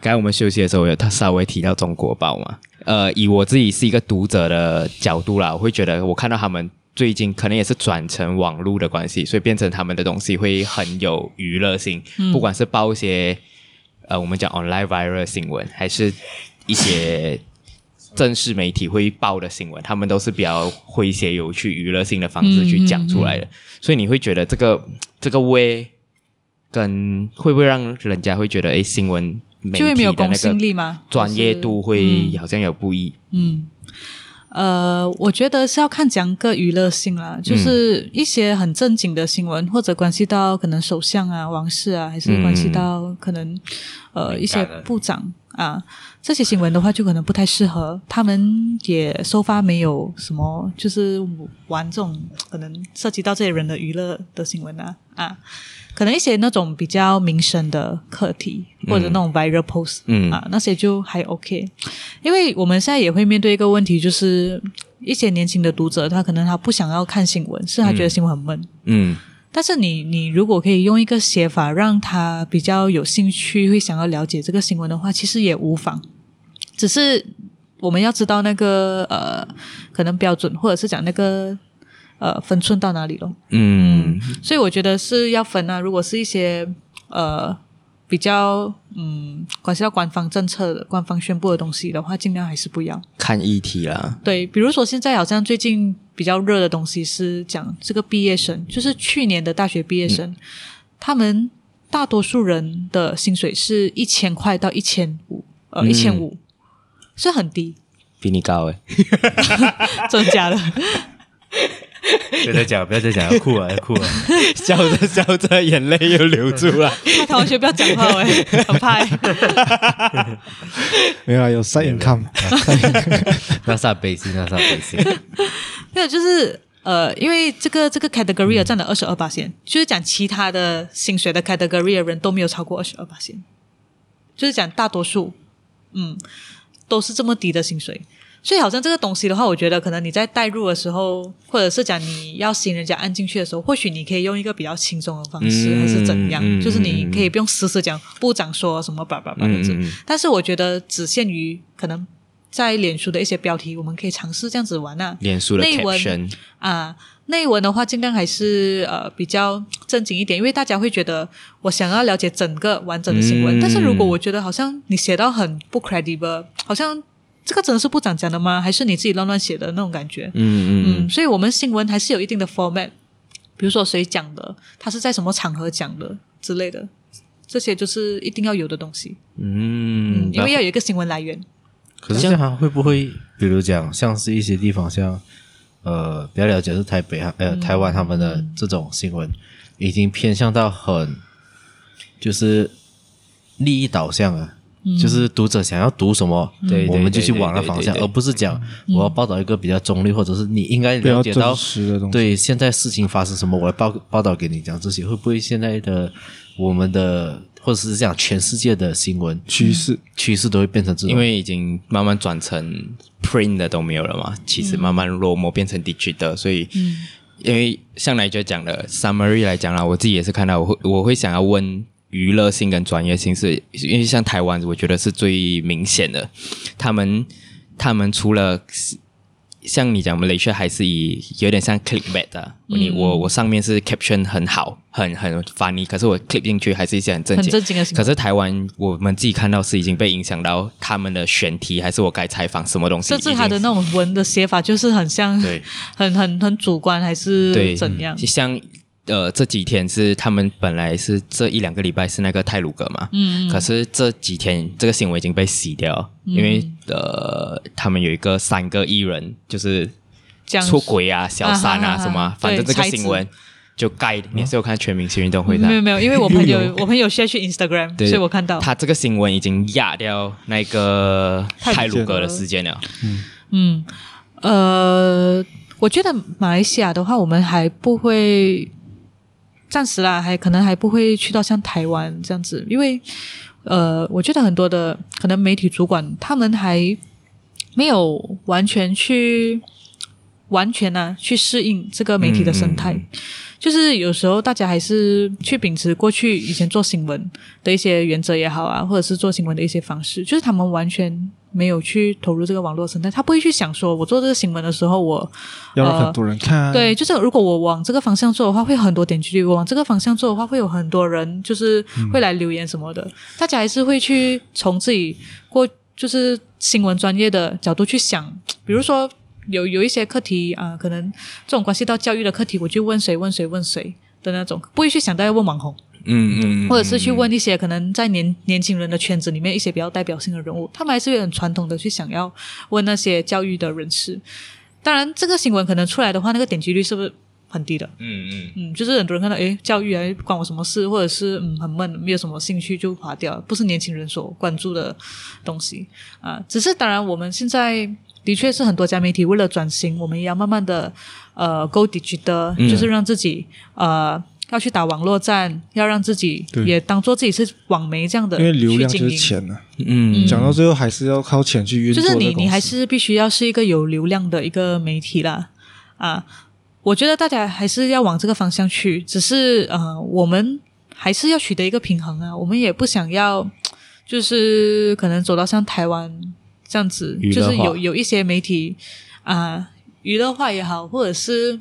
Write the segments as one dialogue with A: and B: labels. A: 刚才我们休息的时候，有他稍微提到中国报嘛。呃，以我自己是一个读者的角度啦，我会觉得我看到他们最近可能也是转成网络的关系，所以变成他们的东西会很有娱乐性，不管是报一些呃我们讲 online viral 新闻，还是一些正式媒体会报的新闻，他们都是比较诙谐、有趣、娱乐性的方式去讲出来的，所以你会觉得这个这个微跟会不会让人家会觉得，哎，新闻媒
B: 就会没
A: 体
B: 有
A: 的
B: 公
A: 那
B: 信
A: 个
B: 力吗？
A: 专业度会好像有不一，
B: 嗯，呃，我觉得是要看讲个娱乐性啦，就是一些很正经的新闻，或者关系到可能首相啊、王室啊，还是关系
A: 嗯
B: 到可能、呃一些
C: 敏感的
B: 部长啊这些新闻的话，就可能不太适合。他们也收发没有什么，就是玩这种可能涉及到这些人的娱乐的新闻啊啊。可能一些那种比较民生的课题，或者那种 viral post，
A: 嗯
B: 啊，那些就还 OK。因为我们现在也会面对一个问题，就是一些年轻的读者，他可能他不想要看新闻，是他觉得新闻很闷。
A: 嗯
B: 但是你你如果可以用一个写法让他比较有兴趣，会想要了解这个新闻的话，其实也无妨。只是我们要知道那个呃，可能标准，或者是讲那个呃分寸到哪里咯。
A: 嗯
B: 所以我觉得是要分啊。如果是一些呃比较嗯关系到官方政策的、官方宣布的东西的话，尽量还是不要。
A: 看议题啦，
B: 对，比如说现在好像最近比较热的东西是讲这个毕业生，就是去年的大学毕业生，他们大多数人的薪水是一千块到一千五，呃，
A: 嗯
B: 一千五是很低，
A: 比你高哎，
B: 增加了。
C: 不要再讲了，不要再讲了，要 哭了，啊要哭了。
A: 笑着笑着眼泪又流出来，
B: 他同学不要讲话哎、很怕欸、
D: 没有啊，有 side income，
C: 那啥北京，那啥北京，
B: 没有，就是呃，因为这个这个 category 啊
A: 嗯
B: 占了二十二八线，就是讲其他的薪水的 category 的人都没有超过二十二八线，就是讲大多数，嗯，都是这么低的薪水。所以好像这个东西的话，我觉得可能你在带入的时候，或者是讲你要吸引人家按进去的时候，或许你可以用一个比较轻松的方式，
A: 嗯
B: 还是怎样，
A: 嗯
B: 就是你
A: 嗯
B: 可以不用死死讲部长说什么叭叭叭这样子。
A: 嗯嗯嗯
B: 但是我觉得只限于可能在脸书的一些标题，我们可以尝试这样子玩啊。
A: 脸书的
B: 内文
A: caption，
B: 啊，内文的话尽量还是呃比较正经一点，因为大家会觉得我想要了解整个完整的新
A: 嗯
B: 闻，但是如果我觉得好像你写到很不 credible，好像这个真的是部长讲的吗？还是你自己乱乱写的那种感觉？
A: 嗯嗯
B: 嗯，所以我们新闻还是有一定的 format，比如说谁讲的，他是在什么场合讲的之类的，这些就是一定要有的东西，
A: 嗯，
B: 因为要有一个新闻来源。
C: 可是这样会不会，比如讲，像是一些地方，像呃，比较了解是台北
A: 嗯
C: 呃台湾他们的这种新闻，已经偏向到很就是利益导向了。就是读者想要读什么，
A: 嗯对
C: 我们就去
A: 对对
C: 往那
A: 对
C: 方
A: 对
C: 向，
A: 对嗯
C: 而不是讲我要报道一个比较中立，或者是你应该
D: 比较
C: 了解到
D: 真实
A: 嗯
D: 的东西
C: 对现在事情发生什么，我来报报道给你讲这些，会不会现在的我们的或者是讲全世界的新闻
D: 趋势
C: 趋势都会变成这种？
A: 因为已经慢慢转成 print 的都没有了
B: 嗯
A: 嘛，其实慢慢落寞变成 digital，所以，因为像来就讲的 summary 来讲啦，我自己也是看到，我会我会想要问娱乐性跟专业性是，因为像台湾，我觉得是最明显的，他们他们除了像你讲，我们雷雀还是以有点像 clickbait 的、你
B: 嗯
A: 我我上面是 caption 很好，很很 funny，可是我 click 进去还是一些很正经、
B: 很正经的新闻
A: 可是台湾我们自己看到是已经被影响到他们的选题，还是我该采访什么东西已
B: 甚
A: 经？
B: 至他的那种文的写法，就是很像
C: 对，
B: 很很很主观，还
A: 对
B: 是怎样？
A: 像呃这几天是他们本来是这一两个礼拜是那个泰鲁格嘛，嗯，可是这几天这个新闻已经被洗掉了，因为
B: 嗯
A: 呃他们有一个三个艺人就是
B: 这样
A: 出轨啊、小三
B: 啊哈
A: 啊
B: 哈
A: 什么啊，反正这
B: 对
A: 个
B: 才子
A: 新闻就盖。你是有看全明星运动会的啊？
B: 没有没有，因为我朋
D: 又
B: 友我朋友现在去 Instagram，
A: 对，
B: 所以我看到
A: 他这个新闻已经压掉那个泰
B: 泰
A: 鲁
B: 鲁
A: 格
B: 格
A: 的事件了。
B: 嗯，呃，我觉得马来西亚的话，我们还不会，暂时啦，还可能还不会去到像台湾这样子，因为呃，我觉得很多的可能媒体主管他们还没有啊完全去完全呢、去适应这个媒体的生态。
A: 嗯
B: 就是有时候大家还是去秉持过去以前做新闻的一些原则也好啊，或者是做新闻的一些方式，就是他们完全没有去投入这个网络生态，他不会去想说，我做这个新闻的时候我
D: 要让很多人看。
B: 对，就是如果我往这个方向做的话，会有很多点击率；我往这个方向做的话，会有很多人就是会来留言什么的。大家还是会去从自己过就是新闻专业的角度去想，比如说有有一些课题啊、呃可能这种关系到教育的课题，我就问谁问谁问谁的那种，不会去想到要问网红。
A: 嗯嗯，
B: 或者是去问一些可能在年年轻人的圈子里面一些比较代表性的人物，他们还是会很传统的去想要问那些教育的人士。当然，这个新闻可能出来的话，那个点击率是不是很低的？
A: 嗯嗯
B: 嗯，就是很多人看到，诶，教育啊，关我什么事？或者是嗯，很闷，没有什么兴趣就划掉了，不是年轻人所关注的东西啊。只是当然，我们现在的确是很多家媒体为了转型，我们也要慢慢的呃，go digital，、就是
D: 嗯
B: 让自己呃。要去打网络战，要让自己
D: 对
B: 也当做自己是网媒这样的，
D: 因为流量就是，钱呢、
A: 嗯
D: 讲到最后还是要靠钱去运
B: 就
D: 作
B: 是
D: 这
B: 你
D: 个
B: 你
D: 公
B: 还
D: 司
B: 是必须要是一个有流量的一个媒体啦，啊，我觉得大家还是要往这个方向去，只是呃，我们还是要取得一个平衡啊，我们也不想要就是可能走到像台湾这样子
C: 娱，乐
B: 就
C: 化
B: 是有有一些媒体啊、娱乐化也好，或者是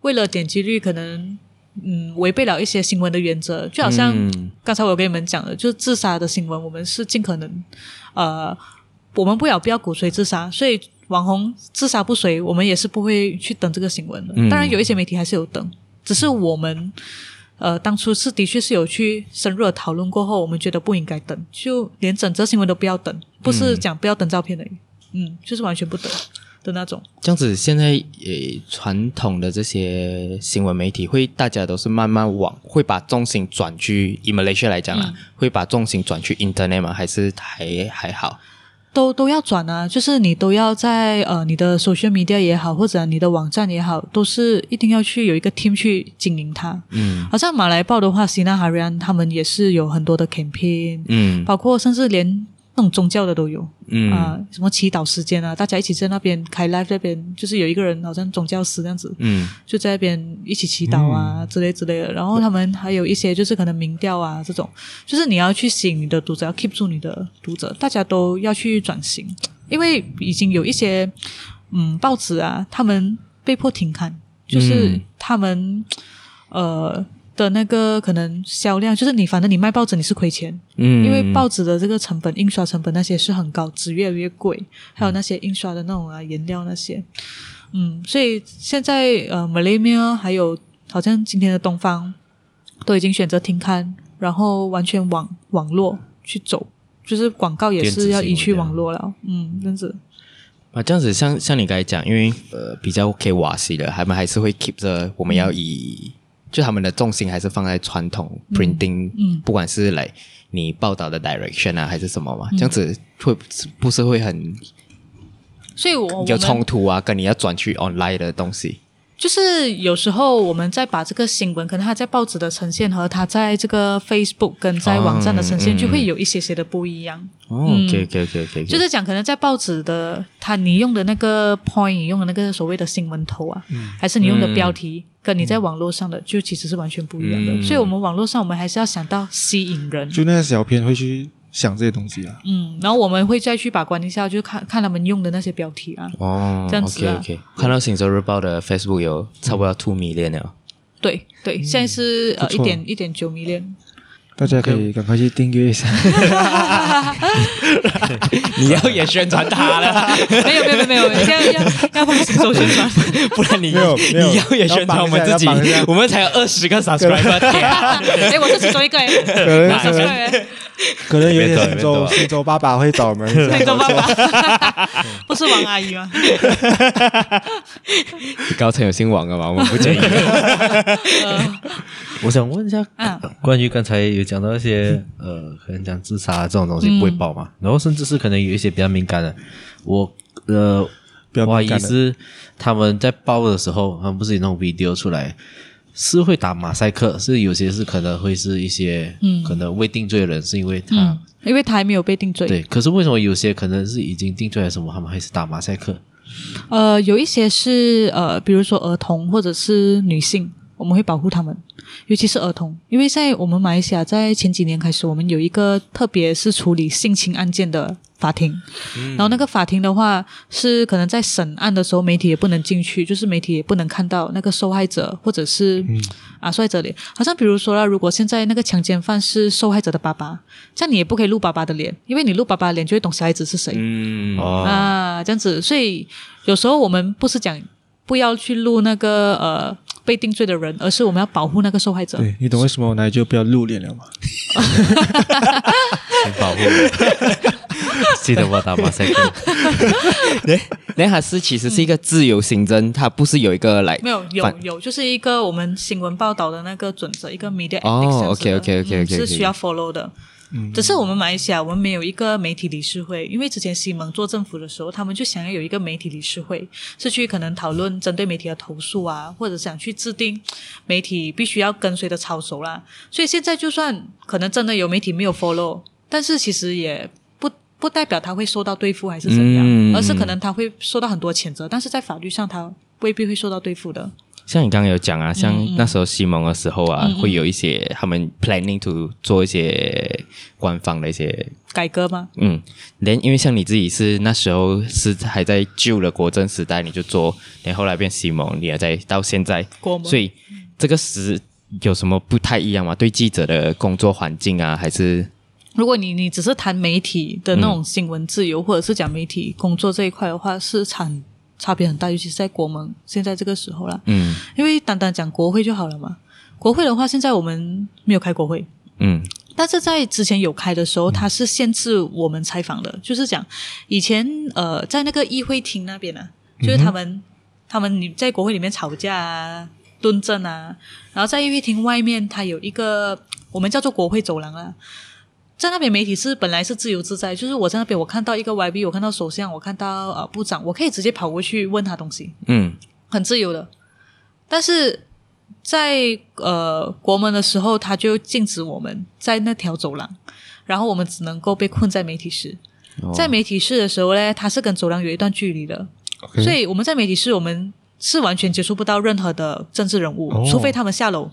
B: 为了点击率可能。嗯，违背了一些新闻的原则，就好像
A: 嗯
B: 刚才我跟你们讲的，就是自杀的新闻，我们是尽可能，呃，我们不要不要鼓吹自杀，所以网红自杀不遂，我们也是不会去登这个新闻的。
A: 嗯
B: 当然，有一些媒体还是有登，只是我们呃当初是的确是有去深入的讨论过后，我们觉得不应该登，就连整则新闻都不要登，不是讲不要登照片的，嗯，就是完全不登的那种。
A: 这样子，现在呃，传统的这些新闻媒体会，大家都是慢慢往会把重心转去以 Malaysia 来讲啊，会把重心转去 Internet 吗？还是还还好？
B: 都都要转啊，就是你都要在呃你的 social media 也好，或者你的网站也好，都是一定要去有一个 team 去经营它。
A: 嗯
B: 好像马来报的话，西南哈瑞安他们也是有很多的 campaign，、
A: 嗯
B: 包括甚至连那种宗教的都有啊、
A: 嗯
B: 什么祈祷时间啊，大家一起在那边开 live 那边，就是有一个人好像宗教师这样子，
A: 嗯
B: 就在那边一起祈祷啊、之类之类的。然后他们还有一些就是可能民调啊这种，就是你要去吸引你的读者，要 keep 住你的读者，大家都要去转型，因为已经有一些嗯报纸啊，他们被迫停刊，就是
A: 嗯
B: 他们、呃。的那个可能销量，就是你反正你卖报纸你是亏钱，
A: 嗯
B: 因为报纸的这个成本、印刷成本那些是很高，纸越来越贵，还有那些印刷的那种啊颜料那些，嗯，所以现在呃 m a l a y m a 还有好像今天的东方都已经选择停刊，然后完全往网络去走，就是广告也
C: 电子
B: 是要
C: 新
B: 移
C: 闻
B: 去
C: 这样
B: 网络了，嗯，这样子，
A: 啊，这样子像像你刚才讲，因为呃比较 OK 瓦西的，他们还是会 keep 着我们要以、就他们的重心还是放在传统 printing，、
B: 嗯
A: 不管是来你报道的 direction 啊还是什么嘛，这样子会不是会很
B: 所以我我
A: 有
B: 们
A: 冲突啊？跟你要转去 online 的东西，
B: 就是有时候我们在把这个新闻，可能它在报纸的呈现和它在这个 Facebook 跟在网站的呈现，
A: 嗯嗯
B: 就会有一些些的不一样。
D: 嗯
A: 哦，OK OK OK OK，
B: 就是讲，可能在报纸的，它你用的那个 point，你用的那个所谓的新闻头啊，
D: 嗯
B: 还是你用的标题，跟你在网络上的就其实是完全不一样的。
A: 嗯
B: 所以，我们网络上我们还是要想到吸引人，
D: 就那些小编会去想这些东西啊。
B: 嗯，然后我们会再去把关一下，就看看他们用的那些标题啊，
A: 哦，
B: 这样子啊
A: OK OK，看到《星洲日报》的 Facebook 有差不多要 two million 了，
B: 对对，现在是呃
D: 嗯不
B: 一
D: 错
B: 点一点九迷恋，
D: 大家可以赶快去订阅一下。
A: 你要也宣传他了，
B: 没有没有没有，没有，现在要要放新手宣传。
A: 不然你
D: 没有没有
A: 你要也宣传我们自己
D: 要绑一下要绑一下，
A: 我们才有二十个 subscriber 屌。
B: 哎，我是其中一个哎，
D: 可能
B: 小
D: 可
B: 帅
D: 能
B: 哎，
D: 可能有一些
C: 别抖
D: 新
C: 别抖
D: 州
C: 啊
D: 新州爸爸会找我们一下，
B: 你懂爸 爸， 不是王阿姨吗？
A: 高层有姓王的嘛，我们不介意。
B: 呃，
C: 我想问一下，
B: 嗯
C: 关于刚才有讲到一些 呃，可能讲自杀这种东西不会报嘛，然后甚至是可能有一些比较敏感的，我呃
D: 比较敏感的
C: 怀疑是他们在报的时候，他们不是有那种 video 出来。是会打马赛克，是有些是可能会是一些，
B: 嗯
C: 可能未定罪的人，是因为他、
B: 嗯，因为他还没有被定罪。
C: 对。可是为什么有些可能是已经定罪还是什么，他们还是打马赛克？
B: 呃，有一些是呃，比如说儿童或者是女性，我我们会保护他们，尤其是儿童，因为在我们马来西亚，在前几年开始，我们有一个特别是处理性侵案件的法庭，然后那个法庭的话是可能在审案的时候，媒体也不能进去，就是媒体也不能看到那个受害者或者是、啊受害者脸。好像比如说啦，如果现在那个强奸犯是受害者的爸爸，这样你也不可以录爸爸的脸，因为你录爸爸的脸就会懂小孩子是谁。
A: 嗯，
C: 哦，
B: 啊，这样子，所以有时候我们不是讲不要去录那个呃被定罪的人，而是我们要保护那个受害者。
D: 对你懂为什么我奶就不要露脸了吗？
C: 请保护 我。记得我打马赛克，
A: 那它是其实是一个自由行政，它不是有一个来
B: 没有有
A: 反
B: 有，就是一个我们新闻报道的那个准则，一个 media ethics 这样子的、
A: 哦，OK，OK，OK，OK，OK，
B: 嗯是需要 follow 的。只是我们马来西亚，我们没有一个媒体理事会，因为之前西蒙做政府的时候，他们就想要有一个媒体理事会，是去可能讨论针对媒体的投诉啊，或者想去制定媒体必须要跟随的操守啦。所以现在就算可能真的有媒体没有 follow，但是其实也不不代表他会受到对付还是怎样，
A: 嗯
B: 而是可能他会受到很多谴责，但是在法律上他未必会受到对付的。
A: 像你刚刚有讲啊，像那时候西蒙的时候啊，会有一些他们 planning to 做一些官方的一些
B: 改革吗？
A: 嗯，连因为像你自己是那时候是还在旧的国政时代，你就做，连后来变西蒙，你也在到现在
B: 国，盟
A: 所以这个时有什么不太一样吗？对记者的工作环境啊，还是
B: 如果你你只是谈媒体的那种新闻自由，或者是讲媒体工作这一块的话，是差差别很大，尤其是在国门现在这个时候啦。
A: 嗯
B: 因为单单讲国会就好了嘛。国会的话，现在我们没有开国会，
A: 嗯
B: 但是在之前有开的时候，它是限制我们采访的，就是讲以前呃，在那个议会厅那边呢、啊，就是他们、他们你在国会里面吵架啊、论证啊，然后在议会厅外面，它有一个我们叫做国会走廊啊。在那边媒体是本来是自由自在，就是我在那边我看到一个 YB，我看到首相，我看到呃部长，我可以直接跑过去问他东西，
A: 嗯
B: 很自由的。但是在呃国门的时候，他就禁止我们在那条走廊，然后我们只能够被困在媒体室。
D: 哦
B: 在媒体室的时候呢，它是跟走廊有一段距离的，所以我们在媒体室，我们是完全接触不到任何的政治人物，
D: 哦
B: 除非他们下楼，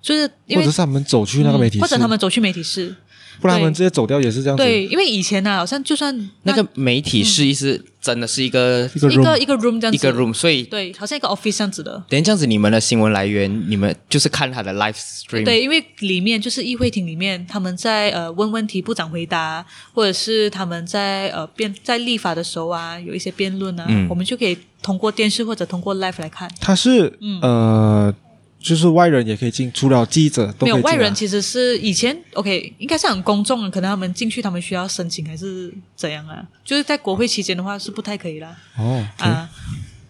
B: 就是因
D: 或
B: 为
D: 者是他们走去那个媒体室，
B: 或者他们走去媒体室。
D: 不然他们直接走掉也是这样子。
B: 对，因为以前啊呢、好像就算
A: 那个媒体是一是真的是一个
D: 一个
B: 一个
D: room
B: 一个 room 这样子，
A: 一个 room，所以
B: 对，好像一个 office 这样子的。
A: 连这样子你们的新闻来源，你们就是看他的 live stream，
B: 对，因为里面就是议会庭里面，他们在呃问问题，部长回答，或者是他们在呃辩在立法的时候啊，有一些辩论啊，
D: 嗯
B: 我们就可以通过电视或者通过 live 来看。
D: 他是、呃，就是外人也可以进，除了记者都
B: 没
D: 可
B: 有
D: 以进啊
B: 外人，其实是以前 OK，应该是很公众，可能他们进去他们需要申请还是怎样啊？就是在国会期间的话是不太可以啦。
D: 哦，
B: 啊，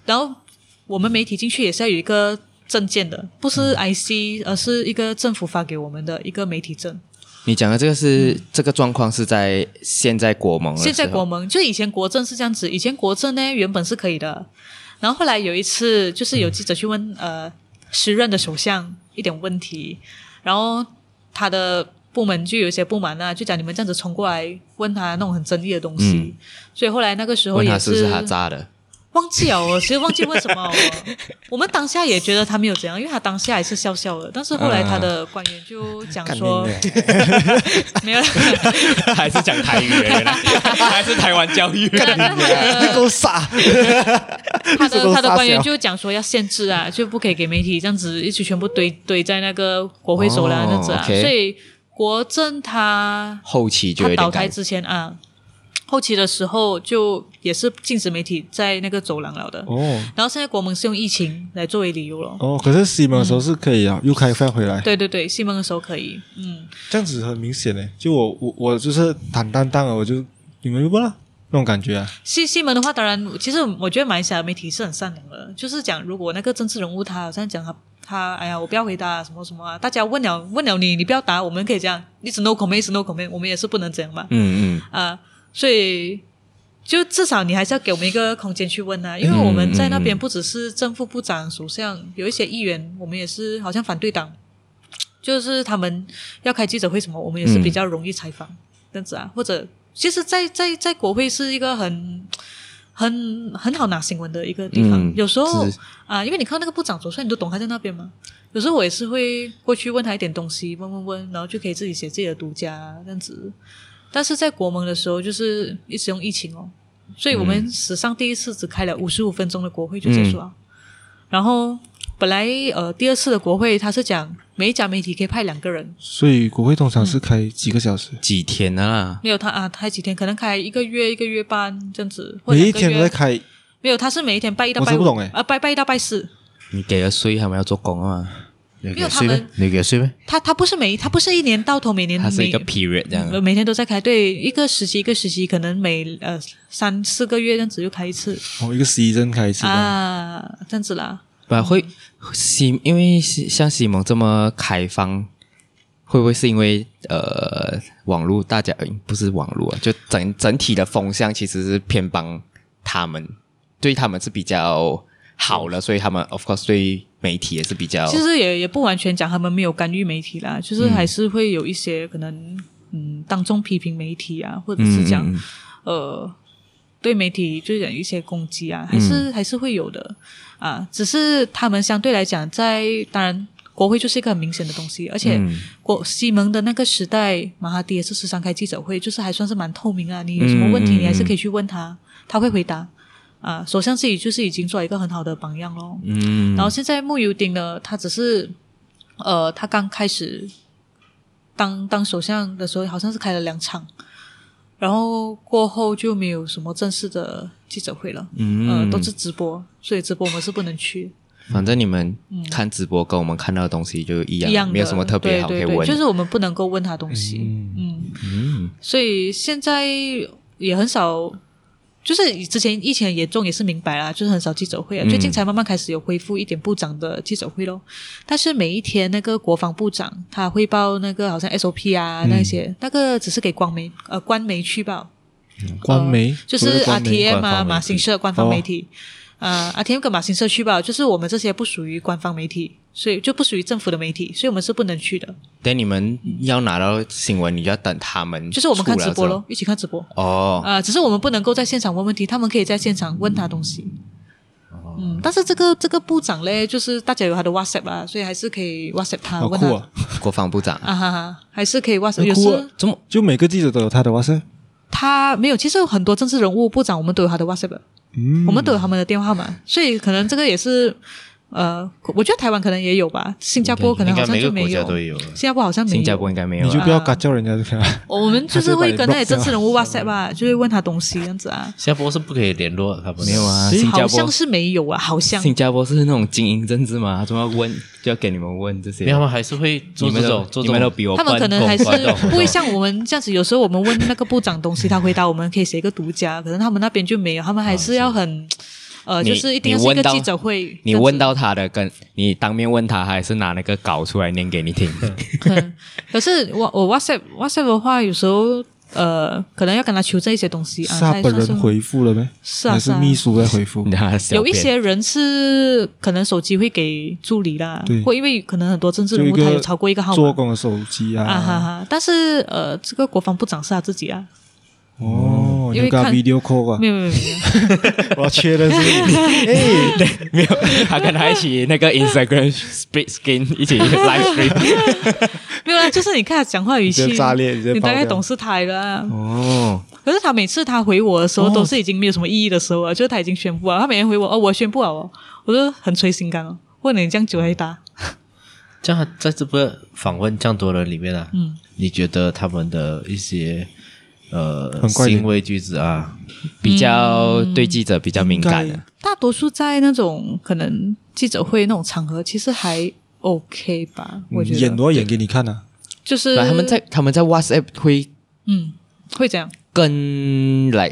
B: 然后我们媒体进去也是要有一个证件的，不
D: 嗯
B: 是 IC，而是一个政府发给我们的一个媒体证。
A: 你讲的这个是、这个状况是在现在国盟的时
B: 现
A: 候，
B: 在国盟就以前国政是这样子，以前国政呢原本是可以的，然后后来有一次就是有记者去问、呃时任的首相一点问题，然后他的部门就有一些不满啊，就讲你们这样子冲过来问他那种很争议的东西，
A: 嗯
B: 所以后来那个时候
A: 问
B: 也
A: 他是不是他炸的，
B: 忘记了，我其实忘记问什么哦。我们当下也觉得他没有怎样，因为他当下也是笑笑的。但是后来他的官员就讲说， 没有啦，
A: 还是讲台语的，原来还是台湾教育。啊
B: 那他的
D: 你给我傻！
B: 他的
D: 这都
B: 他的
D: 撒
B: 官员
D: 小
B: 就讲说要限制 啊，就不可以给媒体这样子一起全部堆堆在那个国会手啦、
A: 哦
B: 那样子啊。
A: OK
B: 所以国政他
A: 后期就
B: 他
A: 有
B: 倒
A: 点改，
B: 台之前啊，后期的时候就也是禁止媒体在那个走廊了的。
D: 哦
B: 然后现在国盟是用疫情来作为理由了。
D: 哦，可是西门的时候是可以啊，又开放回来，
B: 嗯对对对，西蒙的时候可以，嗯，
D: 这样子很明显嘞。就我我我就是坦荡荡的，我就你们就不啦那种感觉啊。
B: 西西门的话，当然，其实我觉得马来西亚媒体是很善良的，就是讲如果那个政治人物他好像讲他他哎呀，我不要回答、什么什么啊，大家问了问了你，你不要答，我们可以这样一直 no comment，一直 no comment，我们也是不能这样嘛，
A: 嗯嗯，
B: 啊，所以就至少你还是要给我们一个空间去问啊，因为我
A: 嗯
B: 们在那边不只是正副部长、首相，有一些议员，我们也是好像反对党，就是他们要开记者会什么，我们也是比较容易采访、这样子啊，或者其实在，在在国会是一个很。很很好拿新闻的一个地方。
A: 嗯
B: 有时候
A: 是
B: 啊、因为你看到那个部长走出来，你都懂他在那边嘛。有时候我也是会过去问他一点东西，问问问，然后就可以自己写自己的独家这样子。但是在国盟的时候，就是一直用疫情哦，所以我
D: 嗯
B: 们史上第一次只开了五十五分钟的国会就结束了。啊然后本来呃第二次的国会他是讲每一家媒体可以派两个人，
D: 所以国会通常是开几个小时，
B: 嗯
A: 几天的啦，
B: 没有他啊，开几天，可能开一个月、一个月半这样子，或者
D: 每
B: 两
D: 一
B: 个月
D: 天都在开，
B: 没有，他是每一天拜一到
D: 我
B: 拜
D: 真
B: 五，
D: 不懂欸
B: 啊，拜拜一到拜四，
A: 你给了税，他们要做工啊嘛，
C: 你有
B: 没有
C: 给
B: 他
C: 睡
B: 们
C: 呗？你有给睡呗？
B: 他他不是每他不是一年到头每年
A: 它是一个
B: 每
A: period 这样。
B: 呃每天都在开，对，一个时期一个时期，可能每呃三四个月这样子就开一次
D: 哦，一个十一针开一次。
B: 啊，这样子啦。
A: 不会西，因为西像西蒙这么开放，会不会是因为呃网络大家呃不是网络啊，就整整体的风向其实是偏帮他们，对他们是比较好了，所以他们 of course 对媒体也是比较
B: 其实也也不完全讲他们没有干预媒体啦，就是
A: 嗯
B: 还是会有一些可能，嗯，当众批评媒体啊，或者是讲、
A: 嗯嗯
B: 呃，对媒体就是讲一些攻击啊，还
A: 嗯
B: 是、还是会有的啊。只是他们相对来讲在，当然国会就是一个很明显的东西，而且
A: 嗯
B: 国西蒙的那个时代，马哈迪也是时常开记者会，就是还算是蛮透明啊。你有什么问题，
A: 嗯嗯
B: 你还是可以去问他，他会回答。啊，首相自己就是已经做了一个很好的榜样咯。
A: 嗯
B: 然后现在穆尤丁呢，他只是呃，他刚开始当当首相的时候，好像是开了两场，然后过后就没有什么正式的记者会了，
A: 嗯
B: 呃，都是直播，所以直播我们是不能去
A: 反正你们看直播跟我们看到的东西就一样，
B: 嗯一样的，
A: 没有什么特别好可
B: 对
A: 以
B: 对对，
A: 问。
B: 就是我们不能够问他东西，嗯，所以现在也很少。就是之前疫情很严重，也是明白啦，就是很少记者会啊。
A: 嗯
B: 最近才慢慢开始有恢复一点部长的记者会咯。但是每一天那个国防部长他汇报那个好像 SOP 啊、
A: 嗯
B: 那些，那个只是给官媒呃官媒去报，
D: 官媒
B: 哦就
D: 所谓
B: 是
D: 的官媒
B: RTM
C: 官方
B: 啊、
C: 媒体
B: 马新社官方媒体，
A: 哦
B: 呃，RTM 跟马新社去报，就是我们这些不属于官方媒体，所以就不属于政府的媒体，所以我们是不能去的。
A: 等你们要拿到新闻，你就要等他们
B: 就是我们看
A: 出来
B: 直播
A: 之后
B: 咯，一起看直播。
A: 哦，
B: 呃，只是我们不能够在现场问问题，他们可以在现场问他东西。嗯，但是这个这个部长嘞，就是大家有他的 WhatsApp 啊，所以还是可以 WhatsApp 他
D: 好
B: 问
D: 酷
B: 他
D: 啊！
A: 国防部 长
B: 啊哈哈，还是可以 WhatsApp。有
D: 很酷啊
B: 时
A: 怎么
D: 就每个记者都有他的哇塞，
B: 他没有，其实很多政治人物部长我们都有他的 WhatsApp，的、
D: 嗯，
B: 我们都有他们的电话号码，所以可能这个也是呃，我觉得台湾可能也有吧，新加坡可能
C: 应
B: 好
C: 该
B: 像
C: 每个
B: 就没
C: 国
B: 有
C: 家，都有了。
B: 新加坡好像没有，
A: 新加坡应该没有
D: 你
A: 啊，
D: 就不要嘎叫人家就可以 了。
B: 我们就是会跟那些
D: 他就把你 block 掉
B: 政治人物 WhatsApp 啊，就会问他东西这样子啊，
C: 新加坡是不可以联络他们的，
A: 没有啊，
D: 谁
A: 新加
B: 好
A: 坡
B: 像是没有啊，好像
A: 新加坡是那种精英政治嘛，他怎么要问就要给你们问这些
C: 没有，？他们还是会做
A: 你们
C: 这
A: 都
C: 种做
A: 你
C: 这
A: 们都
C: 种。
A: 比我
B: 他们可能
A: 笨
B: 还是
C: 关关关
B: 不会像我们这样子，有时候我们问那个部长东西，他回答我们可以写一个独家，可能他们那边就
D: 啊
B: 没有，他们还是要很，呃，
A: 你
B: 就是一定要是一个记者会。
A: 你问到他的，跟你当面问他，还是拿那个稿出来念给你 听？
B: 这样子， 可是我我 WhatsApp WhatsApp 的话，有时候呃，可能要跟他求证一些东西啊。
D: 是他
B: 才
D: 本
B: 算是
D: 人回复了没？
B: 是啊
D: 还
B: 是
D: 是
B: 啊
D: 秘书在回复
A: 你？让他小
B: 有一
A: 便
B: 些人是可能手机会给助理啦
D: 对，
B: 或因为可能很多政治
D: 就
B: 人
D: 一
B: 物他
D: 个
B: 有超过一个号
D: 做
B: 码
D: 工的手机
B: 啊哈
D: 啊，
B: 哈，但是呃，这个国防部长是他自己啊，
D: 哦，
B: 因
D: 你
B: 为
D: 有跟他
B: 看
D: video call 啊
B: 没，有没有没有。
D: 我要确认是不是
A: 没有， 他跟他一起那个 Instagram split skin 一 起 live stream
B: 没有啦，就是你看他讲话语气，
D: 你直接炸裂你直接
B: 你大概
D: 爆掉
B: 懂是他的啊。
A: 哦，
B: 可是他每次他回我的
D: 哦
B: 时候，都是已经没有什么意义的时候啊，就是他已经宣布啊，他每天回我哦，我宣布了哦，我就很捶心肝哦。问你这样久还打，
C: 这样在这个访问这样多人里面啊，嗯，你觉得他们的一些呃
D: 很怪的
C: 行为举止啊，
A: 比较
B: 嗯
A: 对记者比较敏感
D: 应
A: 的
D: 该，
B: 大多数在那种可能记者会那种场合，其实还 OK 吧，我觉
D: 演
B: 得
D: 都要演给你看啊。
B: 就是
A: 然后他们在他们在 WhatsApp 会
B: 嗯会这样，
A: 更来，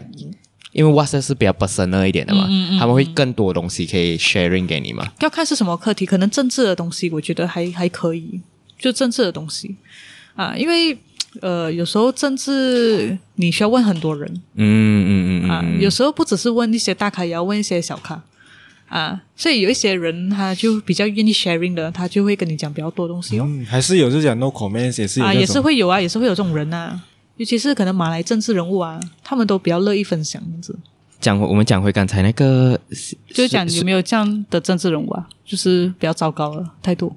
A: 因为 WhatsApp 是比较 personal 一点的嘛，
B: 嗯嗯嗯
A: 他们会更多东西可以 sharing 给你嘛。
B: 要看是什么课题，可能政治的东西，我觉得还还可以，就政治的东西啊，因为呃有时候政治你需要问很多人，
A: 嗯嗯嗯嗯
B: 啊，有时候不只是问一些大咖，也要问一些小咖啊。所以有一些人他就比较愿意 sharing 的，他就会跟你讲比较多东西哦。
D: 嗯，还是有就讲 no comments，也是有
B: 啊，
D: 这
B: 也是
D: 种。哦
B: 会有啊，也是会有这种人啊。尤其是可能马来政治人物啊，他们都比较乐意分享这样子。
A: 讲回我们讲回刚才那个，
D: 嗯
B: 就是讲有没有这样的政治人物啊，就是比较糟糕的态度。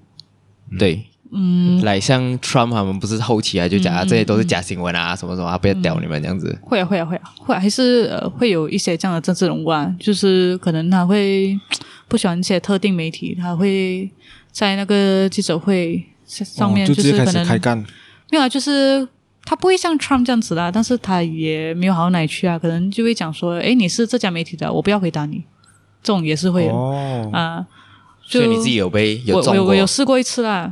A: 对，嗯，来像 Trump 他们不是后期啊，就
B: 嗯
A: 讲啊这些都是假新闻啊，什么什么，啊，不要屌你们这样子。
B: 会啊，会啊，会啊，会啊，还是呃会有一些这样的政治人物啊，就是可能他会不喜欢一些特定媒体，他会在那个记者会上上面
D: 哦就直
B: 是
D: 接开
B: 可
D: 始
B: 能
D: 开干，
B: 没有啊，就是他不会像 Trump 这样子啦，但是他也没有好到哪里去啊，可能就会讲说，诶，你是这家媒体的，我不要回答你，这种也是会有啊、
D: 哦，
B: 就
A: 所以你自己有被有
B: 我我
A: 中
B: 有
A: 过
B: 我有试过一次啦，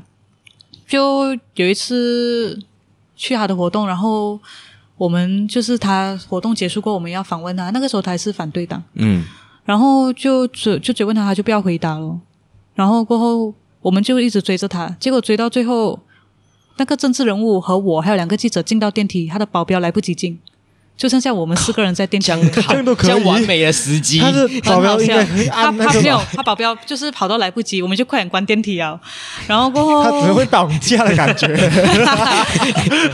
B: 就有一次去他的活动，然后我们就是他活动结束过，我们要访问他，那个时候他还是反对党，
A: 嗯，
B: 然后就只就追问他，他就不要回答咯。然后过后我们就一直追着他，结果追到最后，那个政治人物和我还有两个记者进到电梯，他的保镖来不及进，就剩下我们四个人在电梯里面。
A: 好
D: 这样都可以
A: 这样完美的时机，
D: 他是 保
B: 很好
D: 镖应
B: 笑
D: 该可以，
B: 他
D: 按那
B: 他
D: 个
B: 没有
D: 吧，，
B: 他保镖就是跑到来不及，我们就快点关电梯啊。然后过后，
D: 他只会绑架的感觉。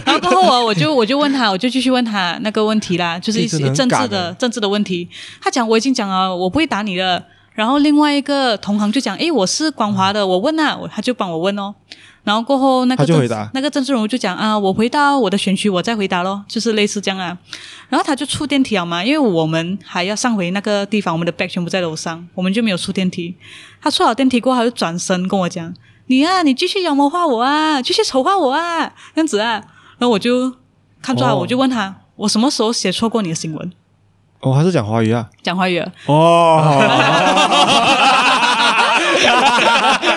B: 然后过后我我就我就问他，我就继续问他那个问题啦，就是一
D: 你
B: 些
D: 真
B: 政
D: 的很
B: 治
D: 敢
B: 的
D: 欸
B: 政治的问题。他讲我已经讲了，我不会打你的。然后另外一个同行就讲，诶，我是广华的，我问啊，我他就帮我问哦。然后过后那个
D: 他就
B: 政
D: 回答
B: 那个政治人物就讲啊，我回到我的选区，我再回答咯，就是类似这样啊。然后他就出电梯了嘛，因为我们还要上回那个地方，我们的 bag 全部在楼上，我们就没有出电梯。他出好电梯过后，他就转身跟我讲：“你啊，你继续妖魔化我啊，继续丑化我啊，这样子啊。”然后我就看出来，
D: 哦
B: 我就问他：“我什么时候写错过你的新闻
D: 哦，他是讲华语啊？”，
B: 讲华语了，
D: 哦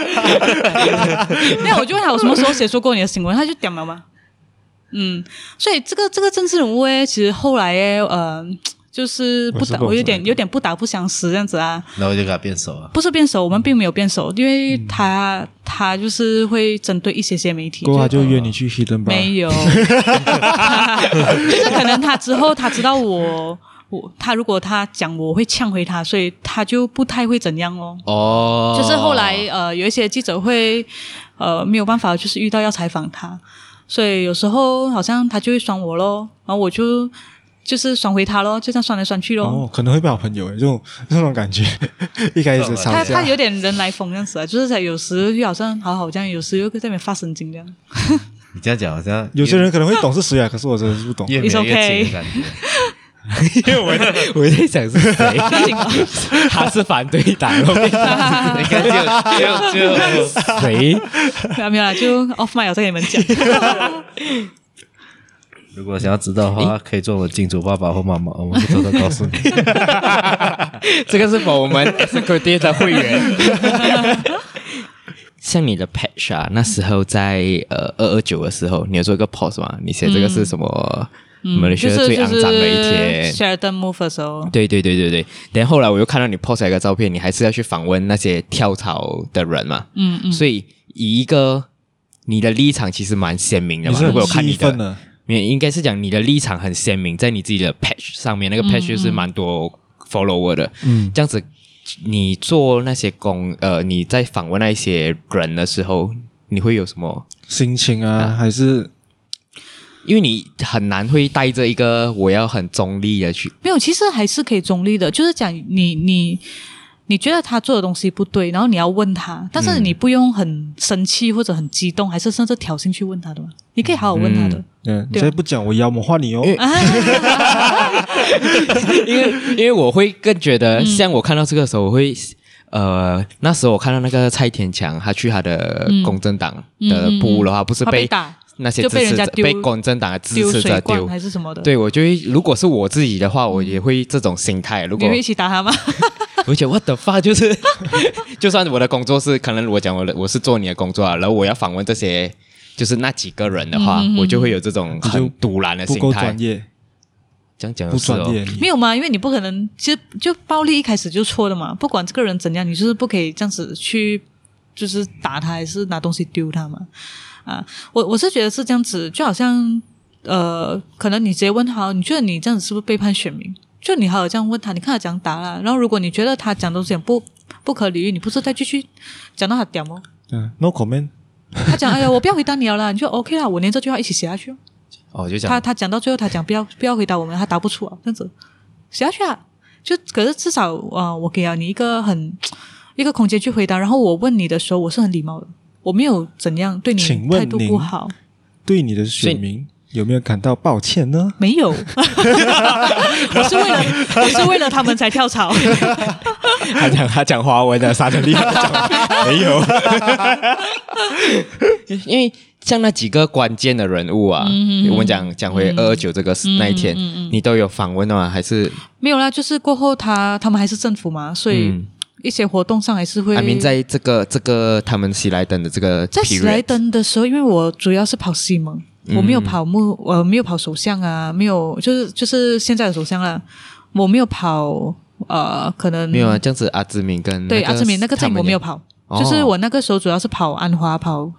B: 没有，我就问他我什么时候写错过你的新闻，他就点了嘛。嗯，所以这个这个政治人物诶，其实后来诶，呃，就是不
D: 我是
B: 打，
D: 不
B: 我有点
D: 明白
B: 有点不打不相识这样子啊。
C: 然后就给他变熟了。
B: 不是变熟，我们并没有变熟，因为他、他就是会针对一些些媒体，
D: 过后他
B: 就
D: 就约你去 Hidden Bar，
B: 没有，就是可能他之后他知道我我他如果他讲我会呛回他，所以他就不太会怎样哦。
A: 哦，
B: 就是后来呃有一些记者会呃没有办法，就是遇到要采访他，所以有时候好像他就会酸我咯，然后我就就是酸回他咯，就这样酸来酸去咯。
D: 哦，可能会变好朋友，这种这种感觉， 一开始吵
B: 他
D: 架
B: 他，有点人来疯这样子啊，就是在有时又好像好好这样，有时又在那边发神经 这样。
C: 你这样讲好像
D: 有些人可能会懂是谁啊，可是我真的是不 懂。
C: 越越
B: It's
C: 描越
B: okay
C: 近的感觉。
A: 因为我在我在想是 谁，他是反对党，然后变成
C: 你看就就就
A: 谁？
B: 没有没有啦，就 off 啊 my 我再给你 们讲。
C: 如果想要知道的话，可以做我的金主爸爸或妈妈，我们会偷偷告诉你。
A: 这个是否我们 Executive 的会员？ 像你的 patch 啊，那时候在呃二二九的时候，你有做一个 post 吗？你写这个是什么？我们学
B: 就
A: 的
B: 是
A: 最
B: 就
A: 肮
B: 是
A: 脏的一天。
B: Sheraton move 的时候，
A: 对对对对对，然后后来我又看到你 post 了一个照片，你还是要去访问那些跳槽的人嘛，
B: 嗯嗯，
A: 所以以一个你的立场其实蛮鲜明的
D: 你
A: 嘛。
D: 是
A: 如
D: 很
A: 果有看
D: 气
A: 你
D: 愤
A: 的，
D: 的，
A: 你应该是讲你的立场很鲜明，在你自己的 patch 上面，那个
B: 嗯
A: patch 就是蛮多 follower 的。
D: 嗯，
A: 这样子，你做那些工，呃，你在访问那些人的时候，你会有什么？
D: 心情啊，还是
A: 因为你很难会带着一个我要很中立的去，
B: 没有，其实还是可以中立的，就是讲你你你觉得他做的东西不对，然后你要问他，但是你不用很生气或者很激动，还是甚至挑衅去问他的嘛，你可以好好问他的。
D: 嗯，你
B: 对啊
D: 再不讲，我妖魔化你哦。
A: 因为因为我会更觉得，
B: 嗯
A: 像我看到这个时候，我会。呃，那时候我看到那个蔡天强，他去他的
B: 嗯
A: 公正党的部落的话，不是
B: 他被
A: 被
B: 打
A: 那些
B: 嗯就被
A: 支持
B: 人家
A: 者
B: 丢
A: 被公正党的支
B: 丢
A: 持
B: 水
A: 者
B: 罐
A: 丢，
B: 还是什么的，
A: 对我就会，如果是我自己的话，我也会这种心态。如
B: 你
A: 果
B: 会一起打他吗？
A: 而且 what the fuck，就是 就算我的工作是可能我讲我的我是做你的工作啊，然后我要访问这些就是那几个人的话，
B: 嗯
A: 我就会有这种
D: 你就
A: 很独然的
D: 不
A: 心
D: 够
A: 态
D: 专。业，
A: 这样讲
D: 不
A: 也是
D: 专
A: 哦，
D: 业，
B: 没有嘛，因为你不可能，其实就暴力一开始就错的嘛，不管这个人怎样，你就是不可以这样子去，就是打他还是拿东西丢他嘛。啊，我我是觉得是这样子，就好像呃，可能你直接问他，你觉得你这样子是不是背叛选民？就你好好这样问他，你看他讲打啦，然后如果你觉得他讲东西很不不可理喻，你不是再继续讲到他屌吗？
D: 嗯，no comment，
B: 他讲哎呀，我不要回答你了啦，你就 OK 啦，我连这句话一起写下去哦。
A: 哦，就
B: 他
A: 讲
B: 他讲到最后，他讲不要不要回答我们，他答不出啊，这样子写下去啊。就可是至少啊、呃我给了你一个很一个空间去回答，然后我问你的时候，我是很礼貌的，我没有怎样对你
D: 请问
B: 态度不
D: 您
B: 好，
D: 对你的选民有没有感到抱歉呢？
B: 没 有，我是为了我是为了他们才跳 槽，
A: 他讲他讲华文的杀伤力 很重，没有， 因为像那几个关键的人物啊，
B: 嗯
A: 我们讲讲回二二九这个事那一天，你都有访问的吗？还是
B: 没有啦，就是过后他他们还是政府嘛，所以
A: 嗯
B: 一些活动上还是会。
A: 阿明在这个这个他们喜来登的这个
B: 在喜来
A: period，嗯
B: 登的时候，因为我主要是跑西蒙，我没有跑幕，我没有跑首相啊，没有就是就是现在的首相啦，我没有跑呃，可能
A: 没有啊？这样子阿志明跟
B: 对
A: 那个
B: 阿志明那个阵
A: 他
B: 营
A: 们
B: 我没有
A: 也
B: 跑，
A: 哦
B: 就是我那个时候主要是跑安华、跑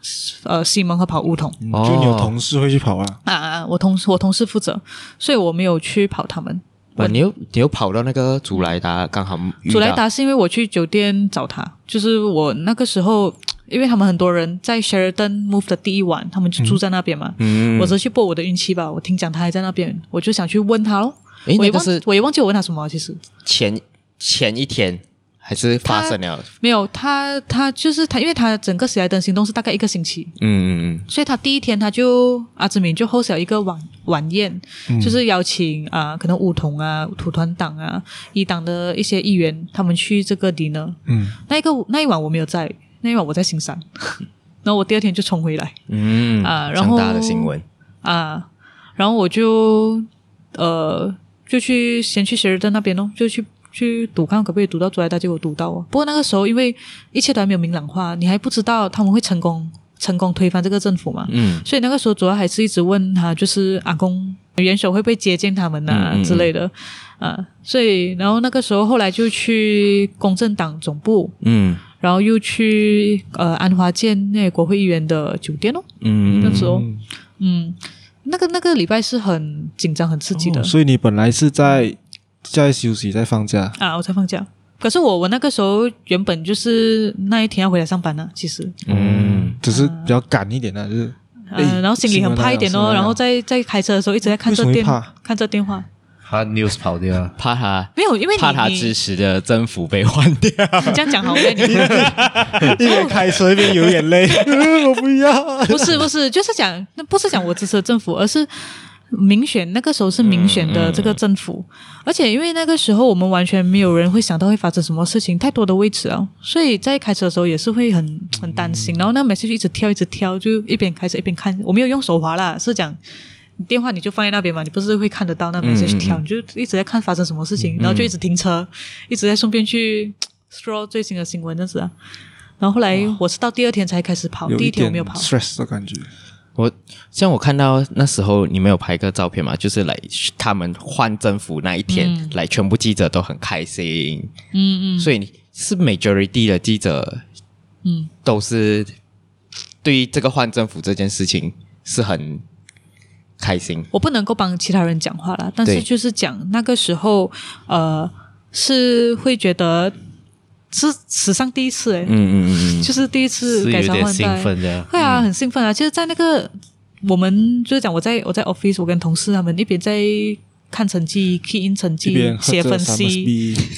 B: 呃西蒙和跑乌统
D: 嗯
A: 哦
D: 就你有同事会去跑啊？
B: 啊啊，我同我同事负责，所以我没有去跑他们。
A: 哇，你又你又跑到那个祖莱达，刚好遇到
B: 祖莱达是因为我去酒店找他，就是我那个时候，因为他们很多人在 Sheraton move 的第一晚，他们就住在那边嘛。
A: 嗯
B: 我只是去搏我的运气吧。我听讲他还在那边，我就想去问他咯。
A: 诶
B: 我
A: 那
B: 也
A: 个
B: 忘
A: 是
B: 我也忘记我问他什么了，啊其实
A: 前前一天还是发生了？
B: 没有他，他就是他，因为他整个喜来登行动是大概一个星期，
A: 嗯嗯
B: 所以他第一天他就阿志明就 host 了一个晚晚宴，就是邀请啊、可能舞童啊、土团党啊、一党的一些议员，他们去这个 dinner。
D: 嗯，
B: 那一个那一晚我没有在，那一晚我在新山， 然后我第二天就冲回来
A: 嗯嗯
B: 啊然
A: 长大的
B: 后
A: 新闻，
B: 啊，然后我就呃就去先去希尔顿那边咯，就去去赌看可不可以赌到朱莱达，结果赌到啊。不过那个时候因为一切都还没有明朗化，你还不知道他们会成功成功推翻这个政府嘛，
A: 嗯
B: 所以那个时候主要还是一直问他，就是阿公元首会不会接见他们呐、
A: 嗯嗯嗯
B: 之类的啊，所以然后那个时候后来就去公正党总部。
A: 嗯
B: 然后又去呃安华见那个国会议员的酒店哦，
A: 嗯
B: 那
A: 嗯
B: 时候，嗯，那个那个礼拜是很紧张、很刺激的、
D: 哦所以你本来是在在休息，在放假，
B: 啊！我才放假，可是我我那个时候原本就是那一天要回来上班呢，其实，
A: 嗯
D: 只是比较赶一点的，就是
B: 呃
D: 哎，
B: 然后心里很怕一点
D: 新
B: 哦，
D: 闻来了
B: 然后在在开车的时候一直在看着
D: 为什
B: 电
D: 么会怕
B: 看着电话，
C: 怕 news 跑掉啊，
A: 怕他
B: 没有，因为你
A: 嗯怕他
B: 你
A: 支持的政府被换掉，
B: 你这样讲好累，你
D: 一边开车一边流眼泪，我不要。
B: 不是不是，就是讲那不是讲我支持政府，而是民选那个时候是民选的这个政府，而且因为那个时候我们完全没有人会想到会发生什么事情，太多的位置啊，所以在开车的时候也是会很很担心，然后那个 message 一直跳一直跳，就一边开车一边看，我没有用手滑啦，是讲。你电话你就放在那边嘛，你不是会看得到那 message 跳，你就一直在看发生什么事情，然后就一直停车，一直在顺便去 scroll 最新的新闻这样子啊。然后后来我是到第二天才开始跑，
D: 有
B: 第
D: 一
B: 一天
D: 点
B: 我没有跑。
D: stress 的感觉，
A: 我像我看到那时候你们有拍个照片嘛，就是来他们换政府那一天，
B: 嗯
A: 来全部记者都很开心。嗯嗯，所以是 majority 的记者，
B: 嗯，
A: 都是对于这个换政府这件事情是很开心。
B: 我不能够帮其他人讲话啦，但是
A: 对
B: 就是讲那个时候，呃，是会觉得是史上第一次诶、
A: 嗯嗯嗯
B: 就是第一次
C: 是
B: 改
C: 有
B: 朝
C: 点
B: 换
C: 兴
B: 代，
C: 奋的啊。
B: 会啊，很兴奋啊！其实，在那个我们就是讲我在我在 office，我跟同事他们一边在看成绩、key in 成
D: 一
B: 绩
D: 边、喝
B: 写
D: 着
B: 分
D: Summer's
B: 析，
D: Bee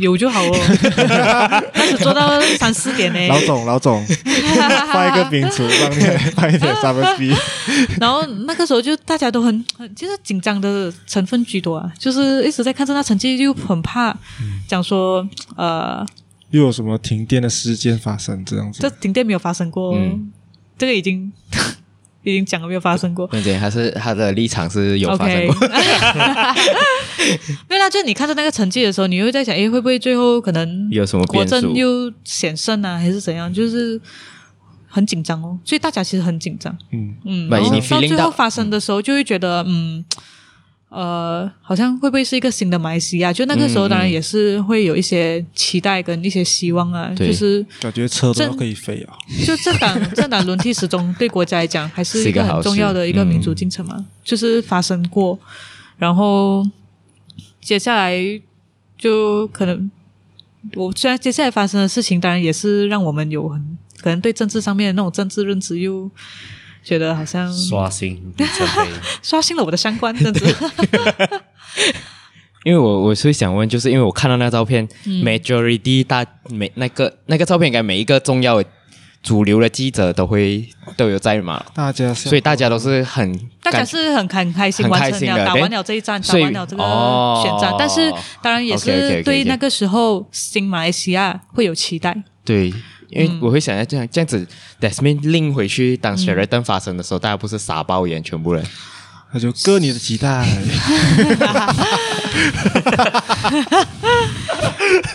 B: 有就好哦。 开始做到三四点呢、
D: 老总，老总，发一个饼厨帮你发一点 summer b
B: 然后那个时候就大家都很很，就是紧张的成分居多啊，就是一直在看着那成绩，就很怕讲说呃，
D: 又有什么停电的事件发生这样
B: 这
D: 子？
B: 停电没有发生过，
A: 嗯
B: 这个已经 已经讲了没有发生过。
A: 关键还是他的立场是有发生
B: 嗯 OK，
A: 过。
B: 没有啦，就是你看着那个成绩的时候，你又在想，诶，会不会最后可能
A: 有什么
B: 国
A: 变数
B: 政又险胜啊，还是怎样？就是很紧张哦，所以大家其实很紧张。
D: 嗯，
B: 嗯，
A: But
B: 然后
A: 你
B: 到
A: feeling
B: 最
A: 到
B: 后发生的时候，就会觉得嗯。呃，好像会不会是一个新的马来西亚？就那个时
A: 嗯
B: 候，当然也是会有一些期待跟一些希望啊。
A: 对
B: 就是
D: 感觉车都
B: 这
D: 要可以飞啊！
B: 就政 党政党轮替始终对国家来讲还是
A: 是一
B: 一
A: 个
B: 个
A: 好
B: 很
A: 事嗯
B: 重要的一个民主进程嘛，就是发生过，然后接下来就可能我虽然接下来发生的事情，当然也是让我们有很可能对政治上面的那种政治认知又觉得好像
C: 刷新里程碑，
B: 刷新了我的三观，这样子。
A: 因为我我是想问，就是因为我看到那照片、m
B: 嗯
A: a j o r i t y 大每那个那个照片，应该每一个重要的主流的记者都会都有在嘛，
D: 大家想
A: 所以大家都是很
B: 大家
A: 感
B: 是很很开心
A: 很
B: 完
A: 开
B: 成
A: 心
B: 了
A: 的
B: 打
A: 对
B: 完了这一站，打
A: 所以
B: 完了这个
A: 哦
B: 选战，但是当然也
A: OK，OK，OK，OK
B: 是对那个时候新马来西亚会有期待。
A: 对，因
B: 嗯
A: 为我会想要这样这样子 d e s m i n 拎回去，当 Sheraton 发生的时候，大家不是傻爆眼，全部人
D: 他就割你的脐带，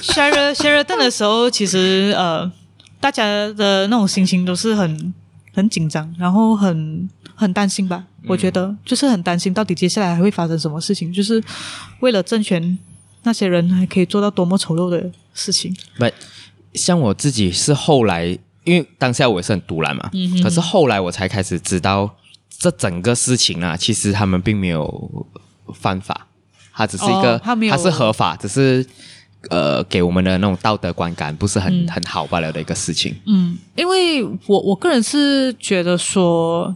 B: Sheraton Sheraton 的时候，其实呃，大家的那种心情都是很很紧张，然后很很担心吧。
A: 嗯
B: 我觉得、就是很担心，到底接下来还会发生什么事情？就是为了政权，那些人还可以做到多么丑陋的事情。
A: 不，像我自己是后来，因为当下我也是很独揽嘛，
B: 嗯
A: 可是后来我才开始知道这整个事情啊，其实他们并没有犯法，它只是一个，
B: 哦他没有
A: 是合法，只是呃给我们的那种道德观感不是很、很好罢了的一个事情。
B: 嗯，因为我我个人是觉得说，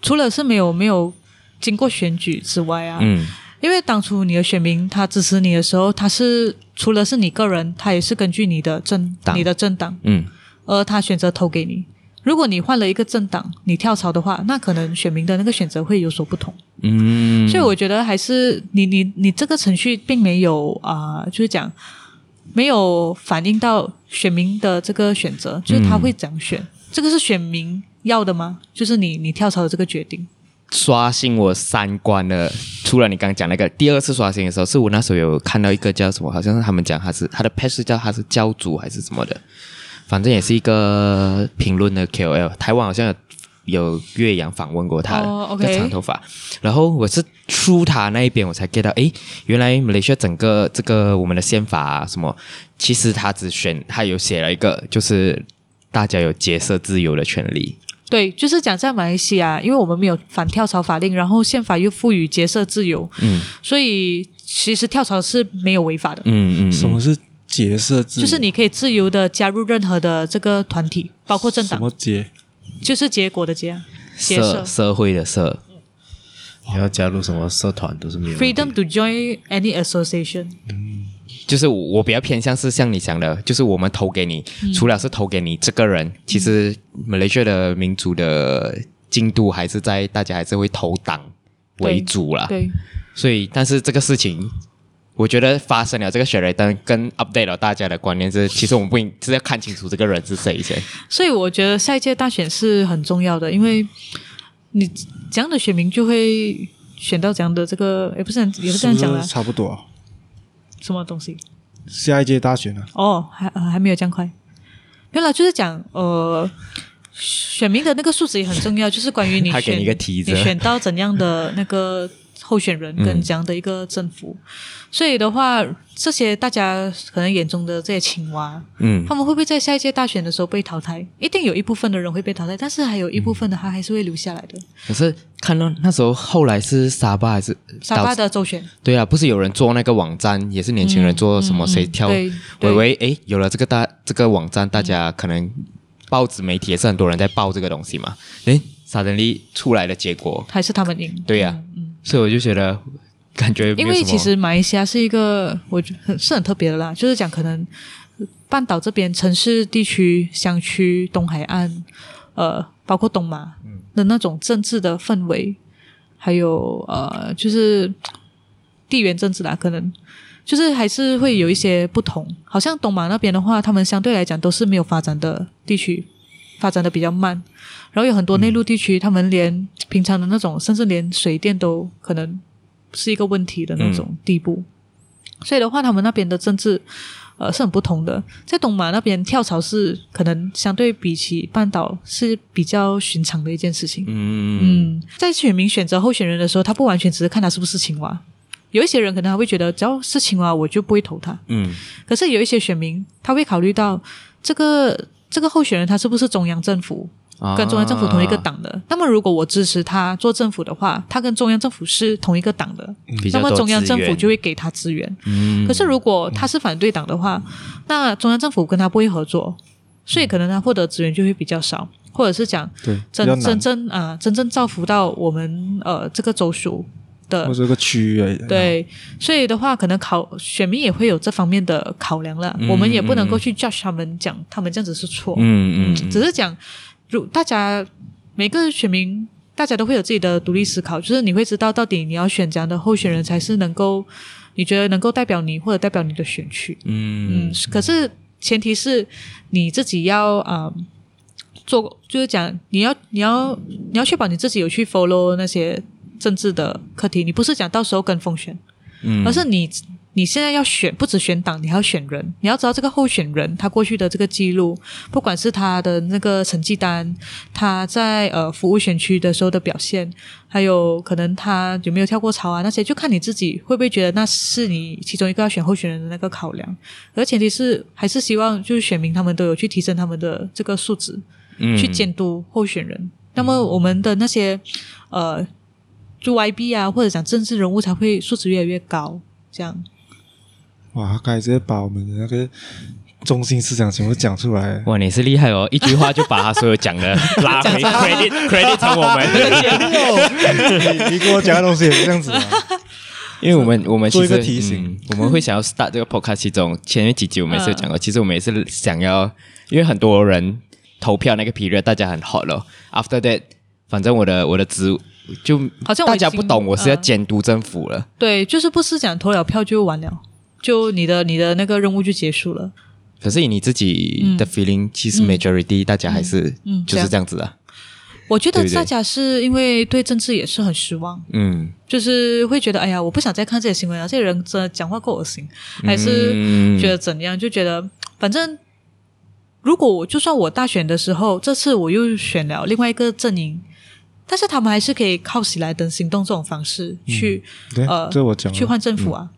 B: 除了是没有没有经过选举之外啊，
A: 嗯
B: 因为当初你的选民他支持你的时候，他是除了是你个人，他也是根据你的政
A: 党
B: 你的政党，
A: 嗯，
B: 而他选择投给你。如果你换了一个政党，你跳槽的话，那可能选民的那个选择会有所不同。
A: 嗯，
B: 所以我觉得还是你你你这个程序并没有啊、就是讲没有反映到选民的这个选择，就是他会怎样
A: 嗯
B: 选，这个是选民要的吗？就是你你跳槽的这个决定，
A: 刷新我三观的，除了你刚刚讲那个第二次刷新的时候，是我那时候有看到一个叫什么，好像是他们讲他是他的 pet 是叫他是教主还是什么的，反正也是一个评论的 KOL，台湾好像有。有岳阳访问过他的，
B: 哦，OK
A: 叫长头发。然后我是出他那一边，我才 get 到，诶，原来马来西亚整个这个我们的宪法、啊、什么，其实他只选，他有写了一个，就是大家有结社自由的权利。
B: 对，就是讲在马来西亚，因为我们没有反跳槽法令，然后宪法又赋予结社自由，
A: 嗯
B: 所以其实跳槽是没有违法的，
A: 嗯嗯，
D: 什么是结社制？
B: 就是你可以自由的加入任何的这个团体，包括政
D: 什
B: 党，
D: 么结？
B: 就是结果的结啊结
A: 社
B: 社。
A: 社会的社，
C: 你要加入什么社团都是没有问题
B: Freedom to join any association，
A: 就是我我比较偏向是像你讲的，就是我们投给你，
B: 嗯
A: 除了是投给你这个人，其实马来西亚的民主的进度还是在大家还是会投党为主啦。
B: 对，
A: 所以，但是这个事情，我觉得发生了这个雪雷登跟 update 了大家的观念是，其实我们不应是要看清楚这个人是谁先。
B: 所以我觉得下一届大选是很重要的，因为你怎样的选民就会选到怎样的这个，也不是很也不是这样讲啦，
D: 是差不多啊。
B: 什么东西
D: 下一届大选啊，
B: 哦，还、呃还没有这样快，没有啦，就是讲呃。选民的那个素质也很重要，就是关于 你
A: 他给
B: 选
A: 你一个提子
B: 你选到怎样的那个候选人跟怎样的一个政府，所以的话，这些大家可能眼中的这些青蛙，
A: 嗯
B: 他们会不会在下一届大选的时候被淘汰？一定有一部分的人会被淘汰，但是还有一部分的他还是会留下来的。
A: 可是看到那时候后来是沙巴还是
B: 沙巴的周选，
A: 对啊，不是有人做那个网站，也是年轻人做什么、谁跳？
B: 嗯对
A: 我
B: 对
A: 以为诶，有了这个大这个网站，大家可能报纸媒体也是很多人在报这个东西嘛。诶，沙登利出来的结果，
B: 还是他们赢。
A: 对呀、所以我就觉得感觉没
B: 嗯因
A: 有什
B: 为
A: 么
B: 其实马来西亚是一个，我觉得是很特别的啦，就是讲可能半岛这边城市地区、乡区、东海岸，呃，包括东马
A: 嗯
B: 的那种政治的氛围，还有呃，就是地缘政治啦，可能就是还是会有一些不同。好像东马那边的话，他们相对来讲都是没有发展的地区，发展的比较慢。然后有很多内陆地区，他们连平常的那种，甚至连水电都可能是一个问题的那种
A: 嗯
B: 地步。所以的话，他们那边的政治。呃，是很不同的。在东马那边跳槽是可能相对比起半岛是比较寻常的一件事情。
A: 嗯
B: 嗯，在选民选择候选人的时候，他不完全只是看他是不是青蛙。有一些人可能还会觉得，只要是青蛙，我就不会投他。
A: 嗯
B: 可是有一些选民，他会考虑到这个这个候选人他是不是中央政府
A: 啊
B: 跟中央政府同一个党的。那么如果我支持他做政府的话，他跟中央政府是同一个党的，
A: 比
B: 那
A: 较
B: 么
A: 多
B: 中央政府就
A: 会
B: 会给他资源。
A: 嗯
B: 可是如果他是反对党的话，那中央政府跟他不会合作，所以可能他获得资源就会比较少，或者是讲
D: 对，比较
B: 真真
D: 难。
B: 正啊、真正造福到我们呃这个州属的
D: 或者个区域而已。，啊
B: 对，所以的话，可能考选民也会有这方面的考量了。
A: 嗯
B: 我们也不能够去 judge 他们讲他们这样子是错，
A: 嗯嗯嗯，
B: 只是讲，如大家每个选民，大家都会有自己的独立思考，就是你会知道到底你要选怎样的候选人才是能够你觉得能够代表你或者代表你的选区。
A: 嗯
B: 嗯，可是前提是你自己要啊、呃做，就是讲你要你要你要确保你自己有去 follow 那些政治的课题，你不是讲到时候跟风选，
A: 嗯
B: 而是你你现在要选，不止选党，你还要选人，你要知道这个候选人他过去的这个记录，不管是他的那个成绩单，他在呃服务选区的时候的表现，还有可能他有没有跳过槽啊那些，就看你自己会不会觉得那是你其中一个要选候选人的那个考量。而前提是还是希望就是选民他们都有去提升他们的这个素质，
A: 嗯
B: 去监督候选人。那么我们的那些呃，就 YB 啊，或者讲政治人物才会素质越来越高。这样，
D: 哇，他刚才直接把我们的那个中心思想全部讲出来。
A: 哇，你是厉害哦！一句话就把他所有讲的拉回 credit credit 成我 们，
D: 你你跟我讲的东西也是这样子啊吗？
A: 因为我们我们其实
D: 做一个提醒
A: 嗯我们会想要 start 这个 podcast 其中前面几集我们也是有讲过，其实我们也是想要，因为很多人投票那个 period 大家很 hot 咯，after that，反正我的我的职就
B: 好像我
A: 大
B: 已
A: 家
B: 经
A: 不懂我是要
B: 嗯
A: 监督政府了，
B: 对，就是不是讲投了票就完了，就你的你的那个任务就结束了。
A: 可是以你自己的 feeling，其实 majority 大家还是
B: 嗯
A: 就是这样子啊，
B: 我觉
A: 对
B: 得
A: 不对
B: 大家是因为对政治也是很失望，
A: 嗯，
B: 就是会觉得哎呀，我不想再看这些新闻了，这些人真的讲话够恶心，还是
A: 嗯
B: 觉得怎样？就觉得反正如果我就算我大选的时候，这次我又选了另外一个阵营，但是他们还是可以靠喜来登行动这种方式
A: 嗯
B: 去、
D: 对
B: 呃，
D: 这我讲
B: 去
D: 了。嗯
B: 换政府啊，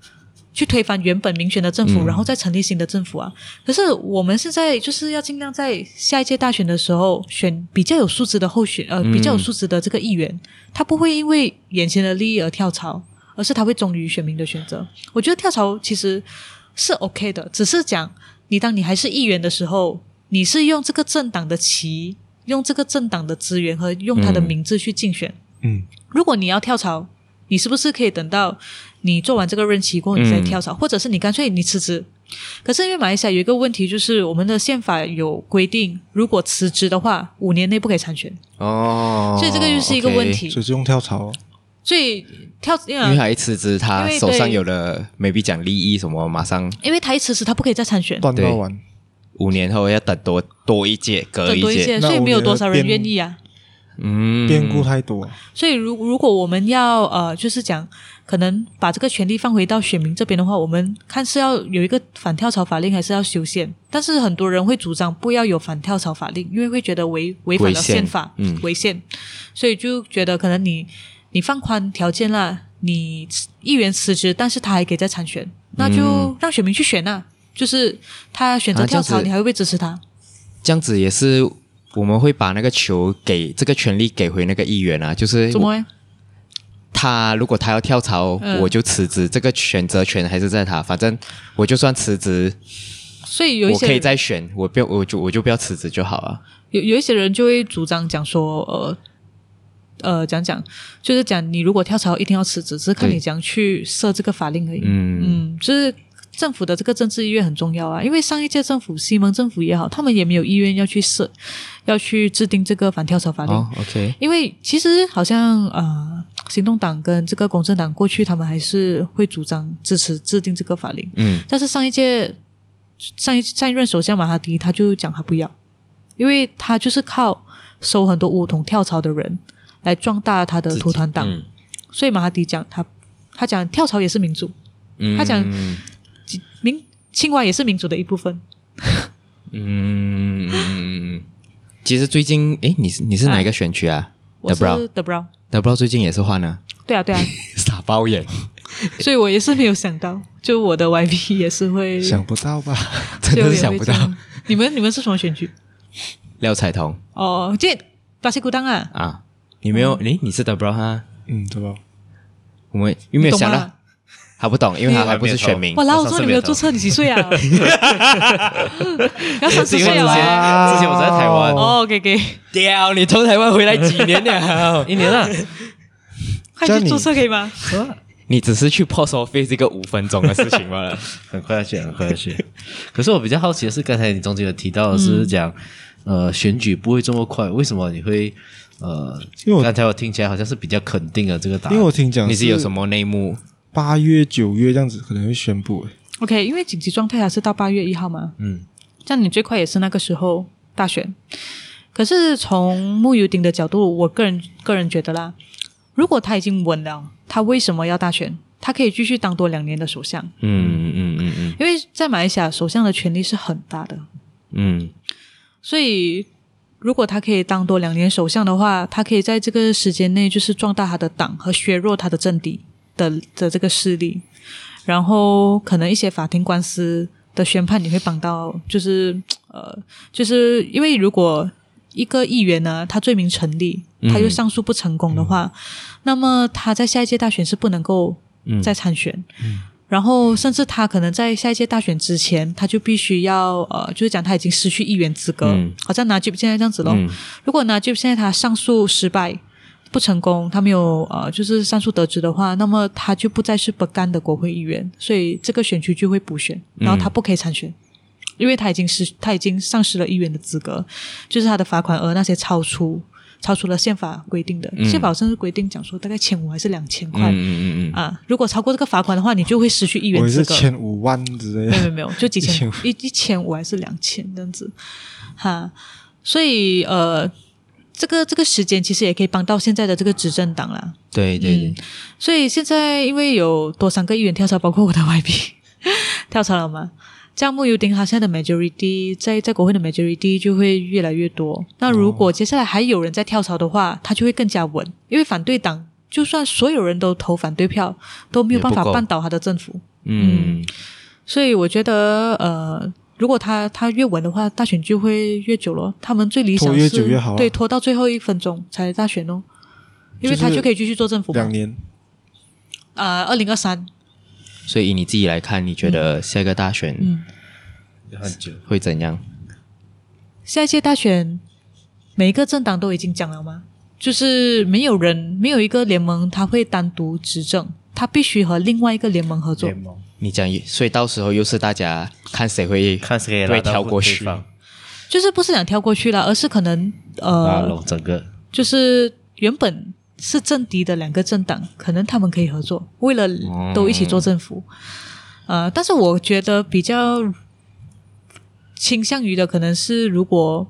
B: 去推翻原本民选的政府，然后再成立新的政府啊。可是我们是在就是要尽量在下一届大选的时候选比较有素质的候选，呃，
D: 嗯
B: 比较有素质的这个议员，他不会因为眼前的利益而跳槽，而是他会忠于选民的选择。我觉得跳槽其实是 OK 的，只是讲你当你还是议员的时候，你是用这个政党的旗。用这个政党的资源和用他的
A: 嗯
B: 名字去竞选，
D: 嗯，
B: 如果你要跳槽，你是不是可以等到你做完这个任期过后你再跳槽，或者是你干脆你辞职？可是因为马来西亚有一个问题，就是我们的宪法有规定，如果辞职的话，五年内不可以参选，
A: 哦，
B: 所以这个又是一个问
A: OK
B: 题。
D: 所以就用跳槽。
B: 所以跳，因
A: 因为
B: 为
A: 还辞职，他手上有的 maybe 讲利益什么，马上
B: 因为他一辞职，他不可以再参选，
D: 断到完，
A: 五年后要等多多一届，隔
B: 等多一
A: 届，
B: 些，
D: 那
B: 所以没有多少
D: 我
B: 人
D: 觉得变
B: 愿意啊。
A: 嗯，
D: 变故太多。
B: 所以如如果我们要呃，就是讲可能把这个权利放回到选民这边的话，我们看是要有一个反跳槽法令，还是要修宪？但是很多人会主张不要有反跳槽法令，因为会觉得违违反
A: 违
B: 了
A: 宪
B: 宪法，
A: 嗯
B: 违宪，所以就觉得可能你你放宽条件啦，你议员辞职，但是他还可以再参选，那就让选民去选啊。就是他选择
A: 嗯啊这
B: 跳
A: 样子
B: 槽，你还会不会支持他？
A: 这样子也是，我们会把那个球给这个权利给回那个议员啊，就是
B: 怎么会？
A: 他如果他要跳槽，
B: 嗯
A: 我就辞职，这个选择权还是在他，反正我就算辞职，
B: 所以有一
A: 我
B: 些
A: 可以
B: 人
A: 再选，我不要，我就我就不要辞职就好啊了。
B: 有有一些人就会主张讲说，呃呃，讲讲就是讲你如果跳槽一定要辞职，只是看
A: 对
B: 你怎样去设这个法令而已。
A: 嗯
B: 嗯，就是政府的这个政治意愿很重要啊，因为上一届政府、西蒙政府也好，他们也没有意愿要去设、要去制定这个反跳槽法令。
A: 哦，OK，
B: 因为其实好像呃，行动党跟这个公正党过去他们还是会主张支持制定这个法令，
A: 嗯
B: 但是上一届上一上一任首相马哈迪他就讲他不要，因为他就是靠收很多五统跳槽的人来壮大他的土团党，
A: 嗯
B: 所以马哈迪讲他他讲跳槽也是民主，
A: 嗯
B: 他讲民青蛙也是民主的一部分。
A: 嗯嗯嗯嗯嗯，其实最近，诶，你是你是哪一个选区啊？
B: 哎我是
A: Brown
B: The Brown，
A: 德布劳最近也是换了，
B: 对啊对啊，
A: 傻包眼，
B: 所以我也是没有想到，就我的 YP 也是会
D: 想不到吧？
A: 真
B: 就
A: 的
B: 也
A: 是想
B: 会
A: 不
B: 这
A: 到。
B: 样。你们你们是什么选举？
A: 廖彩彤
B: 哦，这巴西古当啊，
A: 啊，你没有？
B: 嗯
A: 诶，你是德布劳哈？
D: 嗯，对吧？
A: 我们有没有想
B: 你
A: 到
B: 懂吗？
A: 他不懂，因为他还不是选民
B: 哇，。老
C: 我
B: 我
C: 上
B: 说
C: 次
B: 你
C: 没
B: 没
C: 有
B: 有注册，你几岁 啊？要 三
A: 是
B: 十
A: 因为之
B: 岁了欸。
A: 前之前我在台
D: 哦
A: 湾，
B: 哦，给给，
A: 屌，你从台湾回来几年了？
C: 一年啊，
B: 快
D: 叫
B: 去
D: 你
B: 注册可以吗？
A: 你只是去 post office 一个五分钟的事情罢了。
C: 很快要去，很快要去。 可是我比较好奇的是，刚才你中间有提到的是
D: 嗯
C: 讲，呃，选举不会这么快，为什么你会呃？
D: 因为我
C: 刚才我听起来好像是比较肯定的这个答案，
D: 因为我听讲
A: 你是有什
D: 么
A: 么内幕？
D: 八月九月这样子可能会宣布，诶
B: OK，因为紧急状态还啊是到八月一号嘛，
C: 嗯，
B: 这样你最快也是那个时候大选。可是从木游鼎的角度，我个人个人觉得啦，如果他已经稳了，他为什么要大选？他可以继续当多两年的首相，
A: 嗯嗯嗯嗯
B: 因为在马来西亚首相的权力是很大的，
A: 嗯
B: 所以如果他可以当多两年首相的话，他可以在这个时间内就是壮大他的党和削弱他的政敌的的这个势力，然后可能一些法庭官司的宣判你会帮到，就是呃，就是因为如果一个议员呢，他罪名成立，他又上诉不成功的话，那么他在下一届大选是不能够
A: 嗯
B: 再参选。然后，甚至他可能在下一届大选之前，他就必须要呃，就是讲他已经失去议员资格，
A: 嗯
B: 好像拿 j 现在这样子咯。
A: 嗯
B: 如果拿 j 现在他上诉失败不成功，他没有呃，就是上诉得直的话，那么他就不再是不干的国会议员，所以这个选区就会补选，然后他不可以参选。因为他已经失，他已经丧失了议员的资格，就是他的罚款额那些超出超出了宪法规定的，宪法好像是规定讲说大概千五还是两千块、
A: 嗯嗯嗯嗯
B: 啊，如果超过这个罚款的话，你就会失去议员
D: 我也
B: 资
D: 是
B: 格。
D: 千五万之类
B: 没有没
D: 的
B: 有，没有，就几千
D: 1500
B: 一一千五还是两千这样子，哈，所以呃，这个这个时间其实也可以帮到现在的这个执政党啦，嗯
A: 对对对，
B: 所以现在因为有多三个议员跳槽，包括我的 YB 跳槽了嘛，这样慕尤丁他现在的 majority 在在国会的 majority 就会越来越多。那如果接下来还有人在跳槽的话，他就会更加稳，因为反对党就算所有人都投反对票，都没有办
A: 也
B: 法
A: 不够
B: 扳倒他的政府。
A: 嗯
B: 所以我觉得，呃，如果他他越稳的话，大选就会越久咯。他们最理想
D: 拖
B: 是
D: 越久越好啊
B: 对，拖到最后一分钟才大选哦，因为他
D: 就是
B: 就可以继续做政府嘛
D: 两。年，
B: 呃，二零二三，
A: 所以以你自己来看，你觉得下一个大选
B: 嗯，
C: 很久，
A: 会怎样？
B: 下一届大选，每一个政党都已经讲了吗？就是没有人，没有一个联盟他会单独执政，他必须和另外一个联盟合作
C: 联。盟
A: 你讲，所以到时候又是大家看谁会
C: 看谁可以
A: 会
C: 拉到
A: 跳过
C: 对
A: 去。
C: 方
B: 就是不是想跳过去了，而是可能
C: 拉
B: 呃，
C: 拢整个
B: 就是原本是政敌的两个政党，可能他们可以合作，为了都一起做政府。呃，但是我觉得比较倾向于的可能是，如果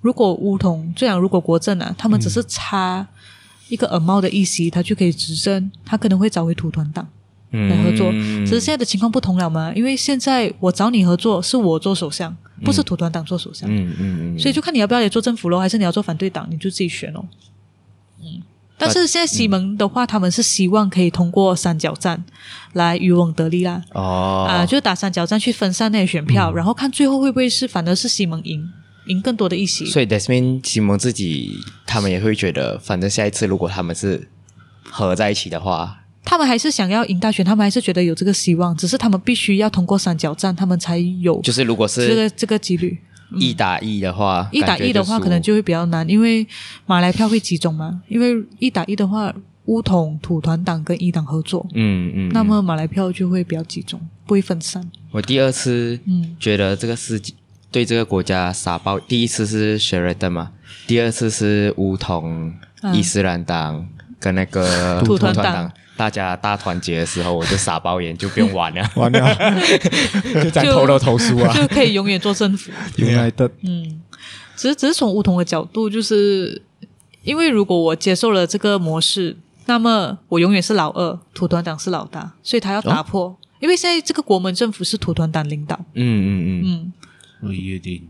B: 如果乌统，这样如果国政啊，他们只是差一个耳帽的议席，他就可以执政，他可能会找回土团党。来合作。只是现在的情况不同了嘛，因为现在我找你合作是我做首相，不是土团党做首相。
A: 嗯嗯嗯，
B: 所以就看你要不要也做政府咯，还是你要做反对党，你就自己选咯。嗯，但是现在西蒙的话，他们是希望可以通过三角战来渔翁得利啦，
A: 哦嗯
B: 啊、就是打三角战去分散那些选票，然后看最后会不会是反而是西蒙赢，赢更多的议席。
A: 所以 Desmin 西蒙自己他们也会觉得，反正下一次如果他们是合在一起的话，
B: 他们还是想要赢大选，他们还是觉得有这个希望，只是他们必须要通过三角战，他们才有
A: 就是如果
B: 这
A: 是
B: 个这个几率。
A: 一打一的话，
B: 一打一的话，
A: 感觉
B: 可能
A: 输
B: 就会比较难，因为马来票会集中嘛。因为一打一的话，乌统、土团党跟一党合作，
A: 嗯嗯。
B: 那么马来票就会比较集中，不会分散。
A: 我第二次
B: 嗯
A: 觉得这个世界对这个国家傻爆，第一次是 Sheraton 嘛，第二次是乌统、伊斯兰党跟那个
B: 嗯 土团党
A: 党。大家大团结的时候，我就傻包眼，就不用玩 了，
D: 完了
A: 就这样偷偷投诉啊。
B: 就可以永远做政 府。
D: ，United
B: 嗯只是只是从乌统的角度，就是因为如果我接受了这个模式，那么我永远是老二，土团党是老大，所以他要
A: 哦
B: 打破。因为现在这个国门政府是土团党领导，
A: 嗯嗯嗯，
B: 嗯，
C: 不约定，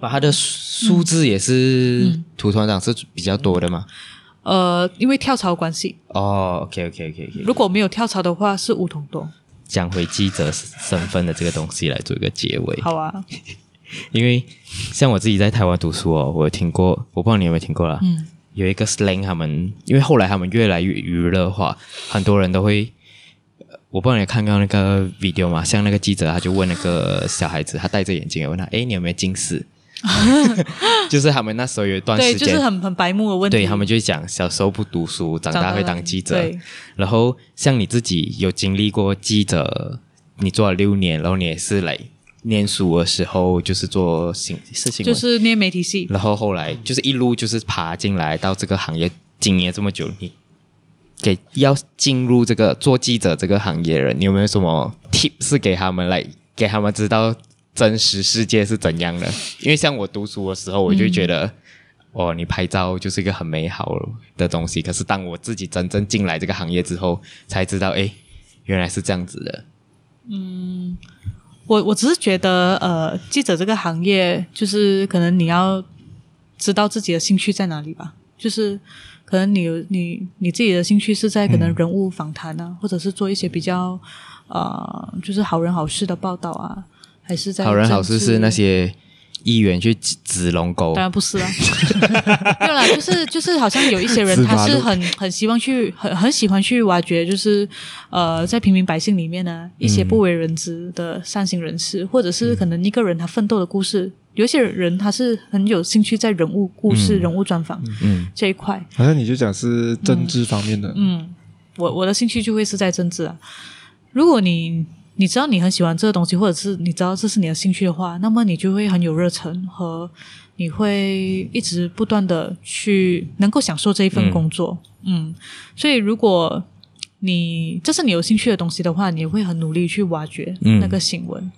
A: 把他的数字也
B: 嗯
A: 是土团党是比较多的嘛。
B: 呃，因为跳槽关系，
A: 哦，OK OK OK OK，
B: 如果没有跳槽的话，是乌统多。
A: 讲回记者身份的这个东西来做一个结尾。
B: 好啊，
A: 因为像我自己在台湾读书哦，我有听过，我不知道你有没有听过啦。
B: 嗯，
A: 有一个 slang，他们因为后来他们越来越娱乐化，很多人都会。呃我不知道你有看到那个 video 嘛？像那个记者，他就问那个小孩子，他戴着眼镜，问他：“诶，你有没有近视？” 就是他们那时候有一段
B: 对，
A: 时
B: 就
A: 间，
B: 是很很白目的问题。
A: 对他们就讲小时候不读书，长大会当记者。
B: 对
A: 然后像你自己有经历过记者，你做了六年，然后你也是来念书的时候就是做新事情，
B: 就是念媒体系，
A: 然后后来就是一路就是爬进来到这个行业，经营了这么久，你给要进入这个做记者这个行业的人，你有没有什么 tips 给他们来给他们知道真实世界是怎样的？因为像我读书的时候，我就觉
B: 嗯
A: 得。哦，你拍照就是一个很美好的东西。可是当我自己真正进来这个行业之后，才知道，哎，原来是这样子的。
B: 我我只是觉得，呃，记者这个行业，就是可能你要知道自己的兴趣在哪里吧。就是可能你有你你自己的兴趣是在可能
A: 嗯
B: 人物访谈啊，或者是做一些比较呃，就是好人好事的报道啊，还是在
A: 好人好事
B: 政治
A: 是那些议员去指指龙沟
B: 当，然不是啦， 没有啦，就是就是，好像有一些人
D: 自
B: 他
D: 拔
B: 是
D: 路
B: 很很希望去很很喜欢去挖掘，就是呃，在平民百姓里面呢，一些不为人知的善心人士，或者是可能一个人他奋斗的故事。有一些人他是很有兴趣在人物故事、人物专访、
A: 嗯
B: 这一块，
D: 好像你就讲是政治方面的，
B: 嗯，我我的兴趣就会是在政治啊。如果你你知道你很喜欢这个东西，或者是你知道这是你的兴趣的话，那么你就会很有热忱和你会一直不断的去能够享受这一份工作。嗯所以如果你这是你有兴趣的东西的话，你会很努力去挖掘
A: 嗯
B: 那个新闻。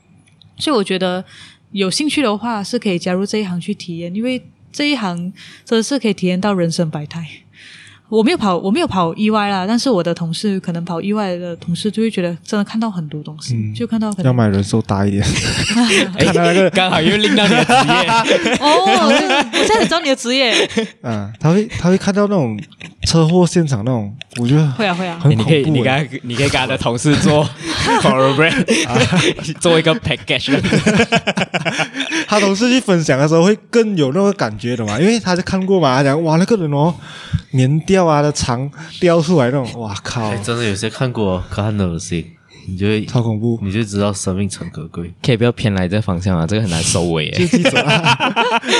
B: 所以我觉得有兴趣的话是可以加入这一行去体验，因为这一行真的是可以体验到人生百态。我没有跑，我没有跑意外啦，但是我的同事可能跑意外的同事就会觉得真的看到很多东西，
D: 嗯
B: 就看到可
D: 要
B: 能
D: 买人寿大一点。
A: 看到那个刚好又拎到你的职 业，
B: 哦，我现在知道你的职业，
A: 嗯
D: 啊， 他会他会看到那种车祸现场那种，我觉得
B: 会啊会啊，
D: 很
A: 你
D: 恐
A: 可以你
D: 怖
A: 跟
D: 欸。
A: 他你可以跟他的同事做 c o r r a t e 做一个 package，
D: 他同事去分享的时候会更有那个感觉的嘛，因为他就看过嘛，他讲哇那个人哦，棉掉啊的肠掉出来那种，哇靠
C: 哎，，真的有些看过，可很恶心，你就会
D: 超恐怖。
A: 嗯
C: 你就知道生命诚可贵。
A: 可以不要偏来这方向啊，这个很难收尾
D: 就
A: 耶。
D: 记者、 啊，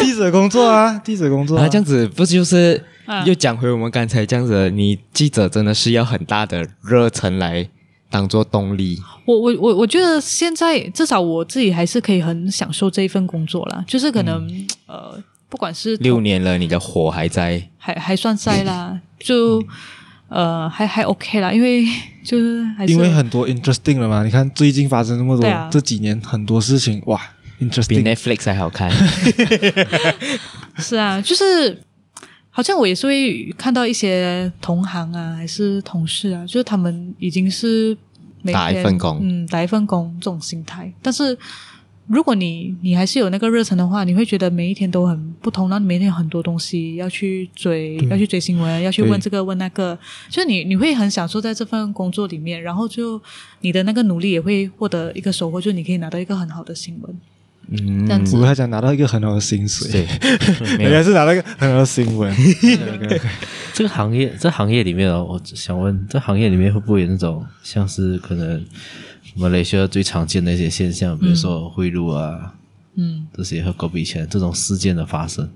D: 记者工作啊，记者工作、
A: 啊，
D: 啊，
A: 这样子不就是
B: 啊
A: 又讲回我们刚才这样子，你记者真的是要很大的热忱来当做动力，
B: 我我我我觉得现在至少我自己还是可以很享受这一份工作啦，就是可能、
D: 嗯
B: 呃，不管是
A: 六年了，你的火还在，
B: 还还算在啦，就
D: 嗯
B: 呃还还 OK 啦，因为 就是还是
D: 因为很多 interesting 了嘛，你看最近发生那么多，
B: 对啊
D: 这几年很多事情，哇
A: 比
D: ，interesting，
A: Netflix 还好 看。
B: 是啊，就是好像我也是会看到一些同行啊，还是同事啊，就是他们已经是每天
A: 打一份工
B: 嗯，打一份工这种心态。但是如果你你还是有那个热忱的话，你会觉得每一天都很不同，然后你每天有很多东西要去追，要去追新闻，要去问
D: 对
B: 这个问那个，就是你你会很享受在这份工作里面，然后就你的那个努力也会获得一个收获，就是你可以拿到一个很好的新闻，
A: 嗯
B: 这，样
D: 我
B: 子。
D: 还想拿到一个很好的薪水，
A: 对，没
D: 人
A: 有
D: 家是拿到一个很好的新 闻，
C: 这个行业，这行业里面哦，我只想问，这行业里面会不会有那种像是可能马来西亚最常见的一些现象，比如说贿赂啊，
B: 嗯，
C: 这些和狗比钱这种事件的发生？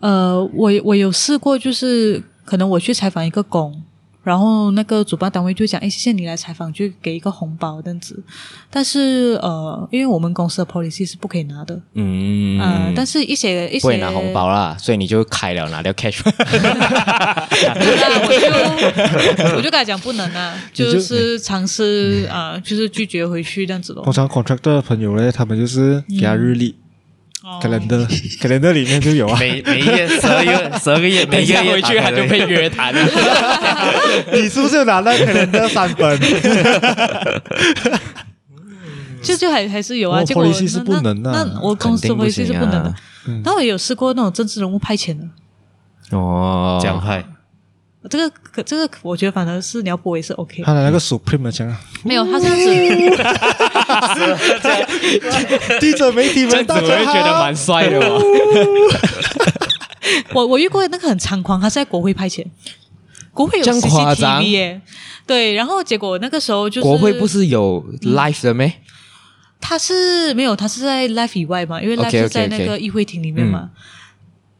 B: 呃，我我有试过，就是可能我去采访一个工，然后那个主办单位就讲，哎，谢谢你来采访，就给一个红包这样子。但是呃，因为我们公司的 policy 是不可以拿的，
A: 嗯
B: 呃，但是一些一些
A: 不会拿红包啦，所以你就开了拿掉 cash。
B: 对啊，我就 我就跟他讲不能啊，就是尝试
A: 嗯
B: 啊、呃就是拒绝回去这样子咯
A: 哦
D: 通。常 contractor 的朋友呢，他们就是
B: 嗯
D: 给他日历、calendar
B: 哦
D: calendar 里面 就有啊。
C: 每每一月十二月十二 个月，
A: 每
C: 每
A: 一
C: 一个
A: 下
C: 月
A: 回去他就被约谈 了。
D: 你是不是有拿 到 calendar 三本？
B: 就就还还是有
A: 哦
B: 啊，
D: 我
B: 结果
D: policy 是
B: 那
D: 不能
B: 那
D: 啊
B: 那我公司
A: 肯定不
B: policy
A: 行啊
B: 是不能的。然后我有试过那种政治人物派遣的，
A: 哦，
C: 讲嗨，
B: 这个可这个我觉得反而是鸟博也是 OK，
D: 他拿那个 Supreme 的枪啊，
B: 没有，他是
A: 嗯
B: 指
D: 记者媒
A: 这
D: 体们
A: 样子
D: 大
A: 我
D: 家
A: 会觉得
D: 好。
A: 蛮帅的哦。
B: 我我遇过那个很猖狂，他是在国会派遣，国会有
A: 这样夸张
B: CCTV 耶，对，然后结果那个时候就是
A: 国会不是有 life 的咩？
B: 他是没有，他是在 Life 以外嘛，因为 Life
A: OK，OK，OK 嗯
B: 是在那个议会厅里面嘛。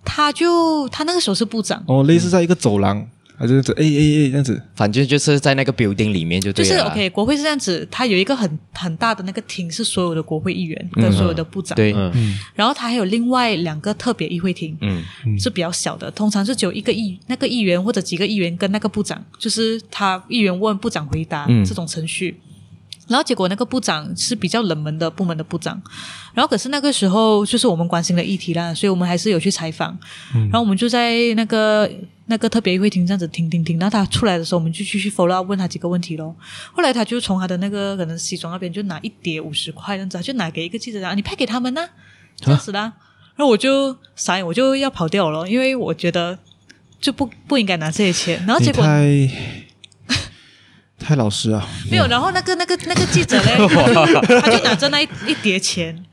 B: 他就他那个时候是部长，
D: 哦，类似在一个走廊，还是哎哎哎这样子，
A: 反正就是在那个 building 里面就
B: 就
A: 对了啊
B: 是
A: 啦。
B: OK，国会是这样子，他有一个很很大的那个厅，是所有的国会议员跟所有的部长。
A: 对，
C: 嗯，
B: 然后他还有另外两个特别议会厅，
A: 嗯，
B: 是比较小的，通常是只有一个议那个议员或者几个议员跟那个部长，就是他议员问部长回答、
A: 嗯
B: 这种程序。然后结果那个部长是比较冷门的部门的部长，然后可是那个时候就是我们关心的议题啦，所以我们还是有去采访，然后我们就在那个那个特别议会厅这样子听听听，然后他出来的时候，我们就继续 follow up 问他几个问题咯。后来他就从他的那个可能西装那边就拿一叠五十块这样子，他就拿给一个记者讲，啊你派给他们呐、这样子啦、然后我就傻眼，我就要跑掉了，因为我觉得就不不应该拿这些钱。然后啊结
D: 你
B: 果
D: 太太老实啊，
B: 没有，然后那个那个那个记者嘞，他就他就拿着那一一叠钱，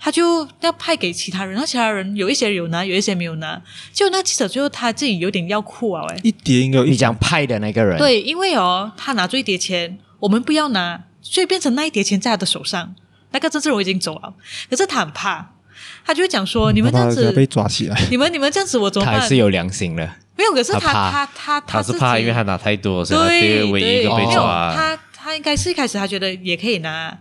B: 他就要派给其他人，然后其他人有一些有拿，有一些没有拿。结果那记者最后他自己有点要哭啊，喂，
D: 一叠应该有一
A: 你讲派的那个人，
B: 对，因为哦，他拿出一叠钱，我们不要拿，所以变成那一叠钱在他的手上。那个郑志荣已经走了，可是他很怕，他就会讲说：“你们这样
D: 怕人家
B: 子，
D: 被抓起来，
B: 你们你们这样子，我怎么
A: 他
B: 办
A: 还？”是有良心的。
B: 没有，可是他
A: 他怕
B: 他他
C: 他
B: 自
C: 是
B: 己
C: 啊怕，因为他拿太多，所以他
B: 对
C: 对唯一一个
B: 对
C: 被
B: 没有
C: 抓。
B: 他他应该是一开始他觉得也可以拿，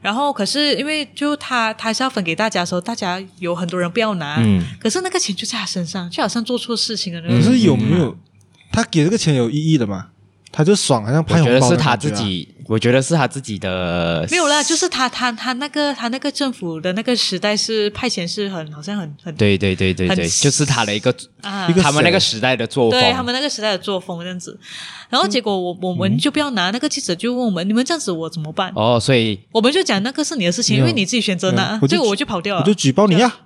B: 然后可是因为就他他是要分给大家的时候，大家有很多人不要拿，
A: 嗯
B: 可是那个钱就在他身上，就好像做错事情了那
D: 嗯可
B: 种。
D: 是有没有
B: 嗯
D: 他给这个钱有意义的嘛？他就爽，好像
A: 我
D: 拍
A: 觉
D: 红
A: 得
D: 包
A: 是
D: 的
A: 他
D: 感觉
A: 自
D: 啊
A: 己，我觉得是他自己的
B: 没有啦，就是他他他那个他那个政府的那个时代是派遣是很好像很很
A: 对对对对
B: 很
A: 对，就是他的一个
B: 啊
D: 一个
A: 他们那个时代的作风，
B: 对他们那个时代的作风这样子，然后结果我我们就不要拿，那个记者就问我们你们这样子我怎么办？
A: 哦，所以
B: 我们就讲那个是你的事情，
D: 没
B: 因
D: 有嗯
B: 为你自己选择拿
D: 没，有
B: 嗯啊
D: 我
B: 结
D: 就
B: 果我就跑掉
D: 我
B: 了
D: 就。举报你啊！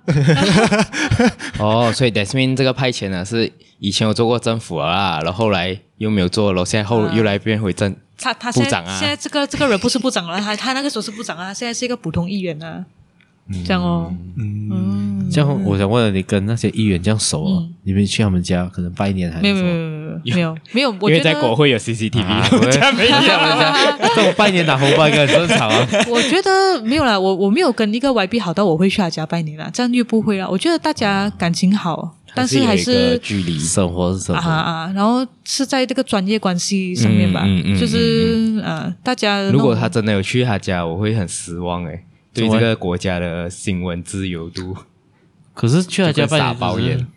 A: 哦，所以 Desmin 这个派遣呢是以前有做过政府了啦，然后后来又没有做了，现在后
B: 啊
A: 又来变回政
B: 他他
A: 部
B: 现在
A: 长啊
B: 现在这个这个人不是部长了，他他那个时候是部长啊，他现在是一个普通议员啊，这样哦，嗯，
C: 这样，我想问了，你跟那些议员这样熟哦
B: 嗯，
C: 你们去他们家可能拜年还
B: 没有
C: 是
B: 没
C: 什
B: 有
C: 么？
B: 没有没有没有没有，我
A: 因
B: 觉
A: 为在
B: 得
A: 国会有 CCTV，、
C: 啊
A: 我家没有。
C: 这种哎拜年拿红包应该很正 常啊。
B: 我觉得没有啦，我我没有跟一个 YB 好到我会去他家拜年啊啦，这样就不会啦。我觉得大家感情好，但是还
A: 有一个
B: 是
A: 距离，
C: 生活是生
B: 啊
C: 活，
B: 啊，然后是在这个专业关系上面吧，
A: 嗯嗯嗯
B: 就是呃，大家的那种
A: 如果他真的有去他家，我会很失望哎、对这个国家的新闻自由度，
C: 可是去他家拜
A: 撒
C: 年
A: 包烟，，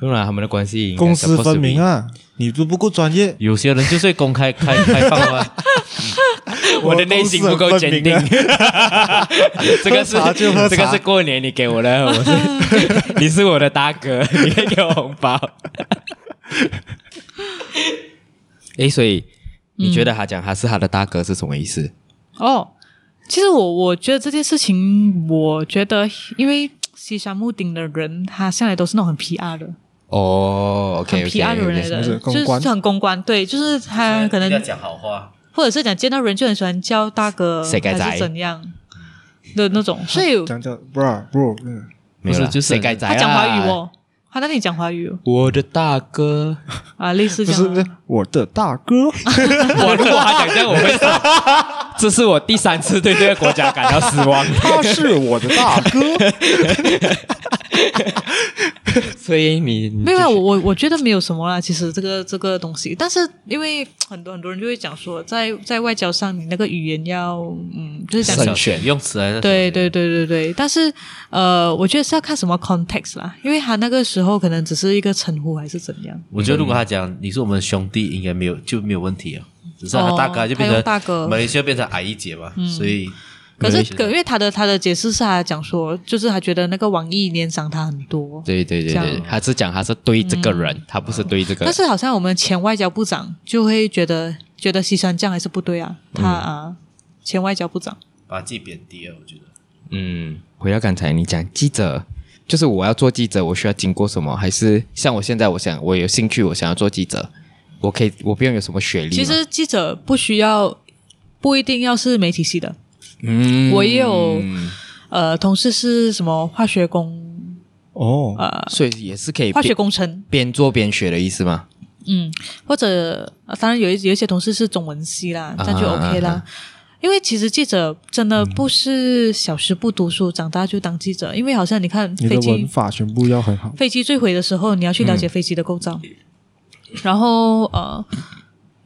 A: 不然他们的关系应该
D: 公私
A: supposed to
D: 分明
A: be！
D: 啊！你都不够专业，
C: 有些人就是公开开开放嘛，
A: 我的内心不够坚定
D: 公私，
A: 这个是
D: 啊喝茶就喝茶
A: 这个是过年你给我的，我是 你是我的大哥， 你可以给我红 包。哎，所以你觉得他讲他是他的大哥是什么意思？
B: 哦，其实我我觉得这件事情，我觉得因为西山木顶的人，他向来都是那种很 PR 的，
A: 哦
B: 很
A: ，OK
B: PR 的
A: OK
B: 人来
A: OK，
B: 的，
D: 什么是
B: 就
D: 公关
B: 是很公关，对，就是他可能
C: 讲好话，
B: 或者是讲见到人就很喜欢叫大哥
A: 谁该宰
B: 还是怎样的那种，所以
D: 讲叫 bro bro，嗯
A: 没有啦
C: 不是就是
A: 谁该宰
B: 他讲华语
A: 啦
B: 哦，他那里讲华语哦
A: 我的大哥，
B: 啊，类似
D: 不
B: 这
D: 是不
B: 样
D: 是
B: 啊。
D: 我的大哥，
A: 我如果他讲这样，我会傻。这是我第三次对这个国家感到失望，
D: 他哦是我的大 哥。
A: 所以你你
B: 没有，没有我我我觉得没有什么啦。其实这个这个东西，但是因为很多很多人就会讲说，在在外交上，你那个语言要嗯，就是讲
A: 慎
C: 小选用词来，
B: 对对对对对，但是呃，我觉得是要看什么 context 啦，因为他那个时候可能只是一个称呼还是怎样。
C: 我觉得如果他讲你是我们兄弟，应该没有就没有问题啊。只是他
B: 哦
C: 大哥就变
B: 他
C: 成
B: 用大哥
C: 马来西亚变成矮一截
A: 嗯
C: 嘛，所以
B: 可
C: 没
B: 是
C: 有问题
B: 可因为他的他的解释是他讲说，就是他觉得那个网易年赏他很多，
A: 对对对
B: 这
A: 对
B: 样，
A: 他是讲他是对这个人，他不是对这个
B: 但。是好像我们前外交部长就会觉得觉得西山这样还是不对啊，他
A: 嗯
B: 啊前外交部长
C: 把自己贬低了，我觉得。
A: 嗯，回到刚才你讲记者，就是我要做记者，我需要经过什么？还是像我现在，我想我有兴趣，我想要做记者，我可以，我不用有什么学历吗。
B: 其实记者不需要不一定要是媒体系的，
A: 嗯
B: 我也有呃同事是什么化学工
D: 哦，
B: 呃
A: 所以也是可以
B: 化学
A: 边
B: 工程。
A: 边做边学的意思吗？
B: 嗯，或者呃当然有一有一些同事是中文系啦，
A: 啊
B: 那就 OK 啦。
A: 啊嗯
B: 因为其实记者真的不是小时不读书，长大就当记者。因为好像你看
D: 你
B: 飞
D: 的
B: 机
D: 文法全部要很好。
B: 飞机坠毁的时候，你要去了解飞机的构造，然后呃。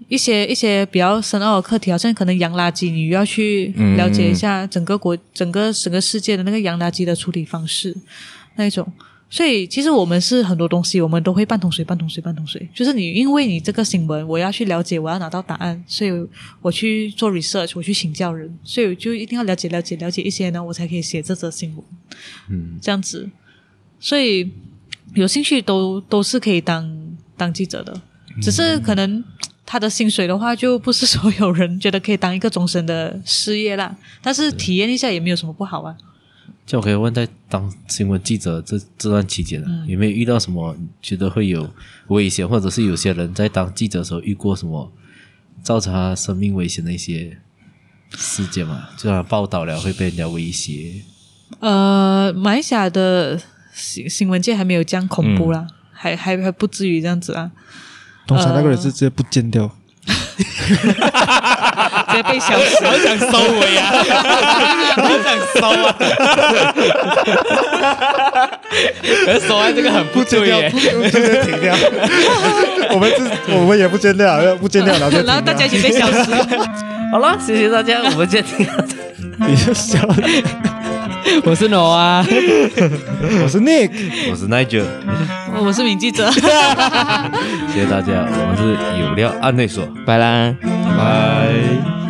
B: 一些一些比较深奥的课题，好像可能洋垃圾，你又要去了解一下整个国、整个整个世界的那个洋垃圾的处理方式那一种。所以其实我们是很多东西，我们都会半桶水、半桶水、半桶水。就是你因为你这个新闻，我要去了解，我要拿到答案，所以我去做 research，我去请教人，所以我就一定要了解、了解、了解一些呢，我才可以写这则新闻。嗯，这样子，所以有兴趣都都是可以当当记者的，只是可能他的薪水的话，就不是所有人觉得可以当一个终身的事业啦。但是体验一下也没有什么不好啊。
C: 就我可以问，在当新闻记者这这段期间呢、啊有没有遇到什么觉得会有危险，或者是有些人在当记者的时候遇过什么造成他生命危险的一些事件嘛？就他报道了会被人家威胁，
B: 呃，马来西亚的新新闻界还没有这样恐怖啦，还还还不至于这样子啊，
D: 通常那个人是直接不见掉，
B: 直接被消失。
A: 好想收尾 啊！好想收 啊！可是收完这个很不
D: 见
A: 对
D: 掉，
A: 耶
D: 不，不直接停掉。我们自我们也不见掉， 不见掉，然后就停掉
B: 然后大家一起被消失，
C: 好了，谢谢大家，我们今天
D: 你就 笑了。
A: 我是 No 啊，
D: 我是 Nick，
C: 我是 Nigel，
B: 我是名记者。
C: 谢谢大家，我们是有料案内所，
A: 拜啦。
C: 拜。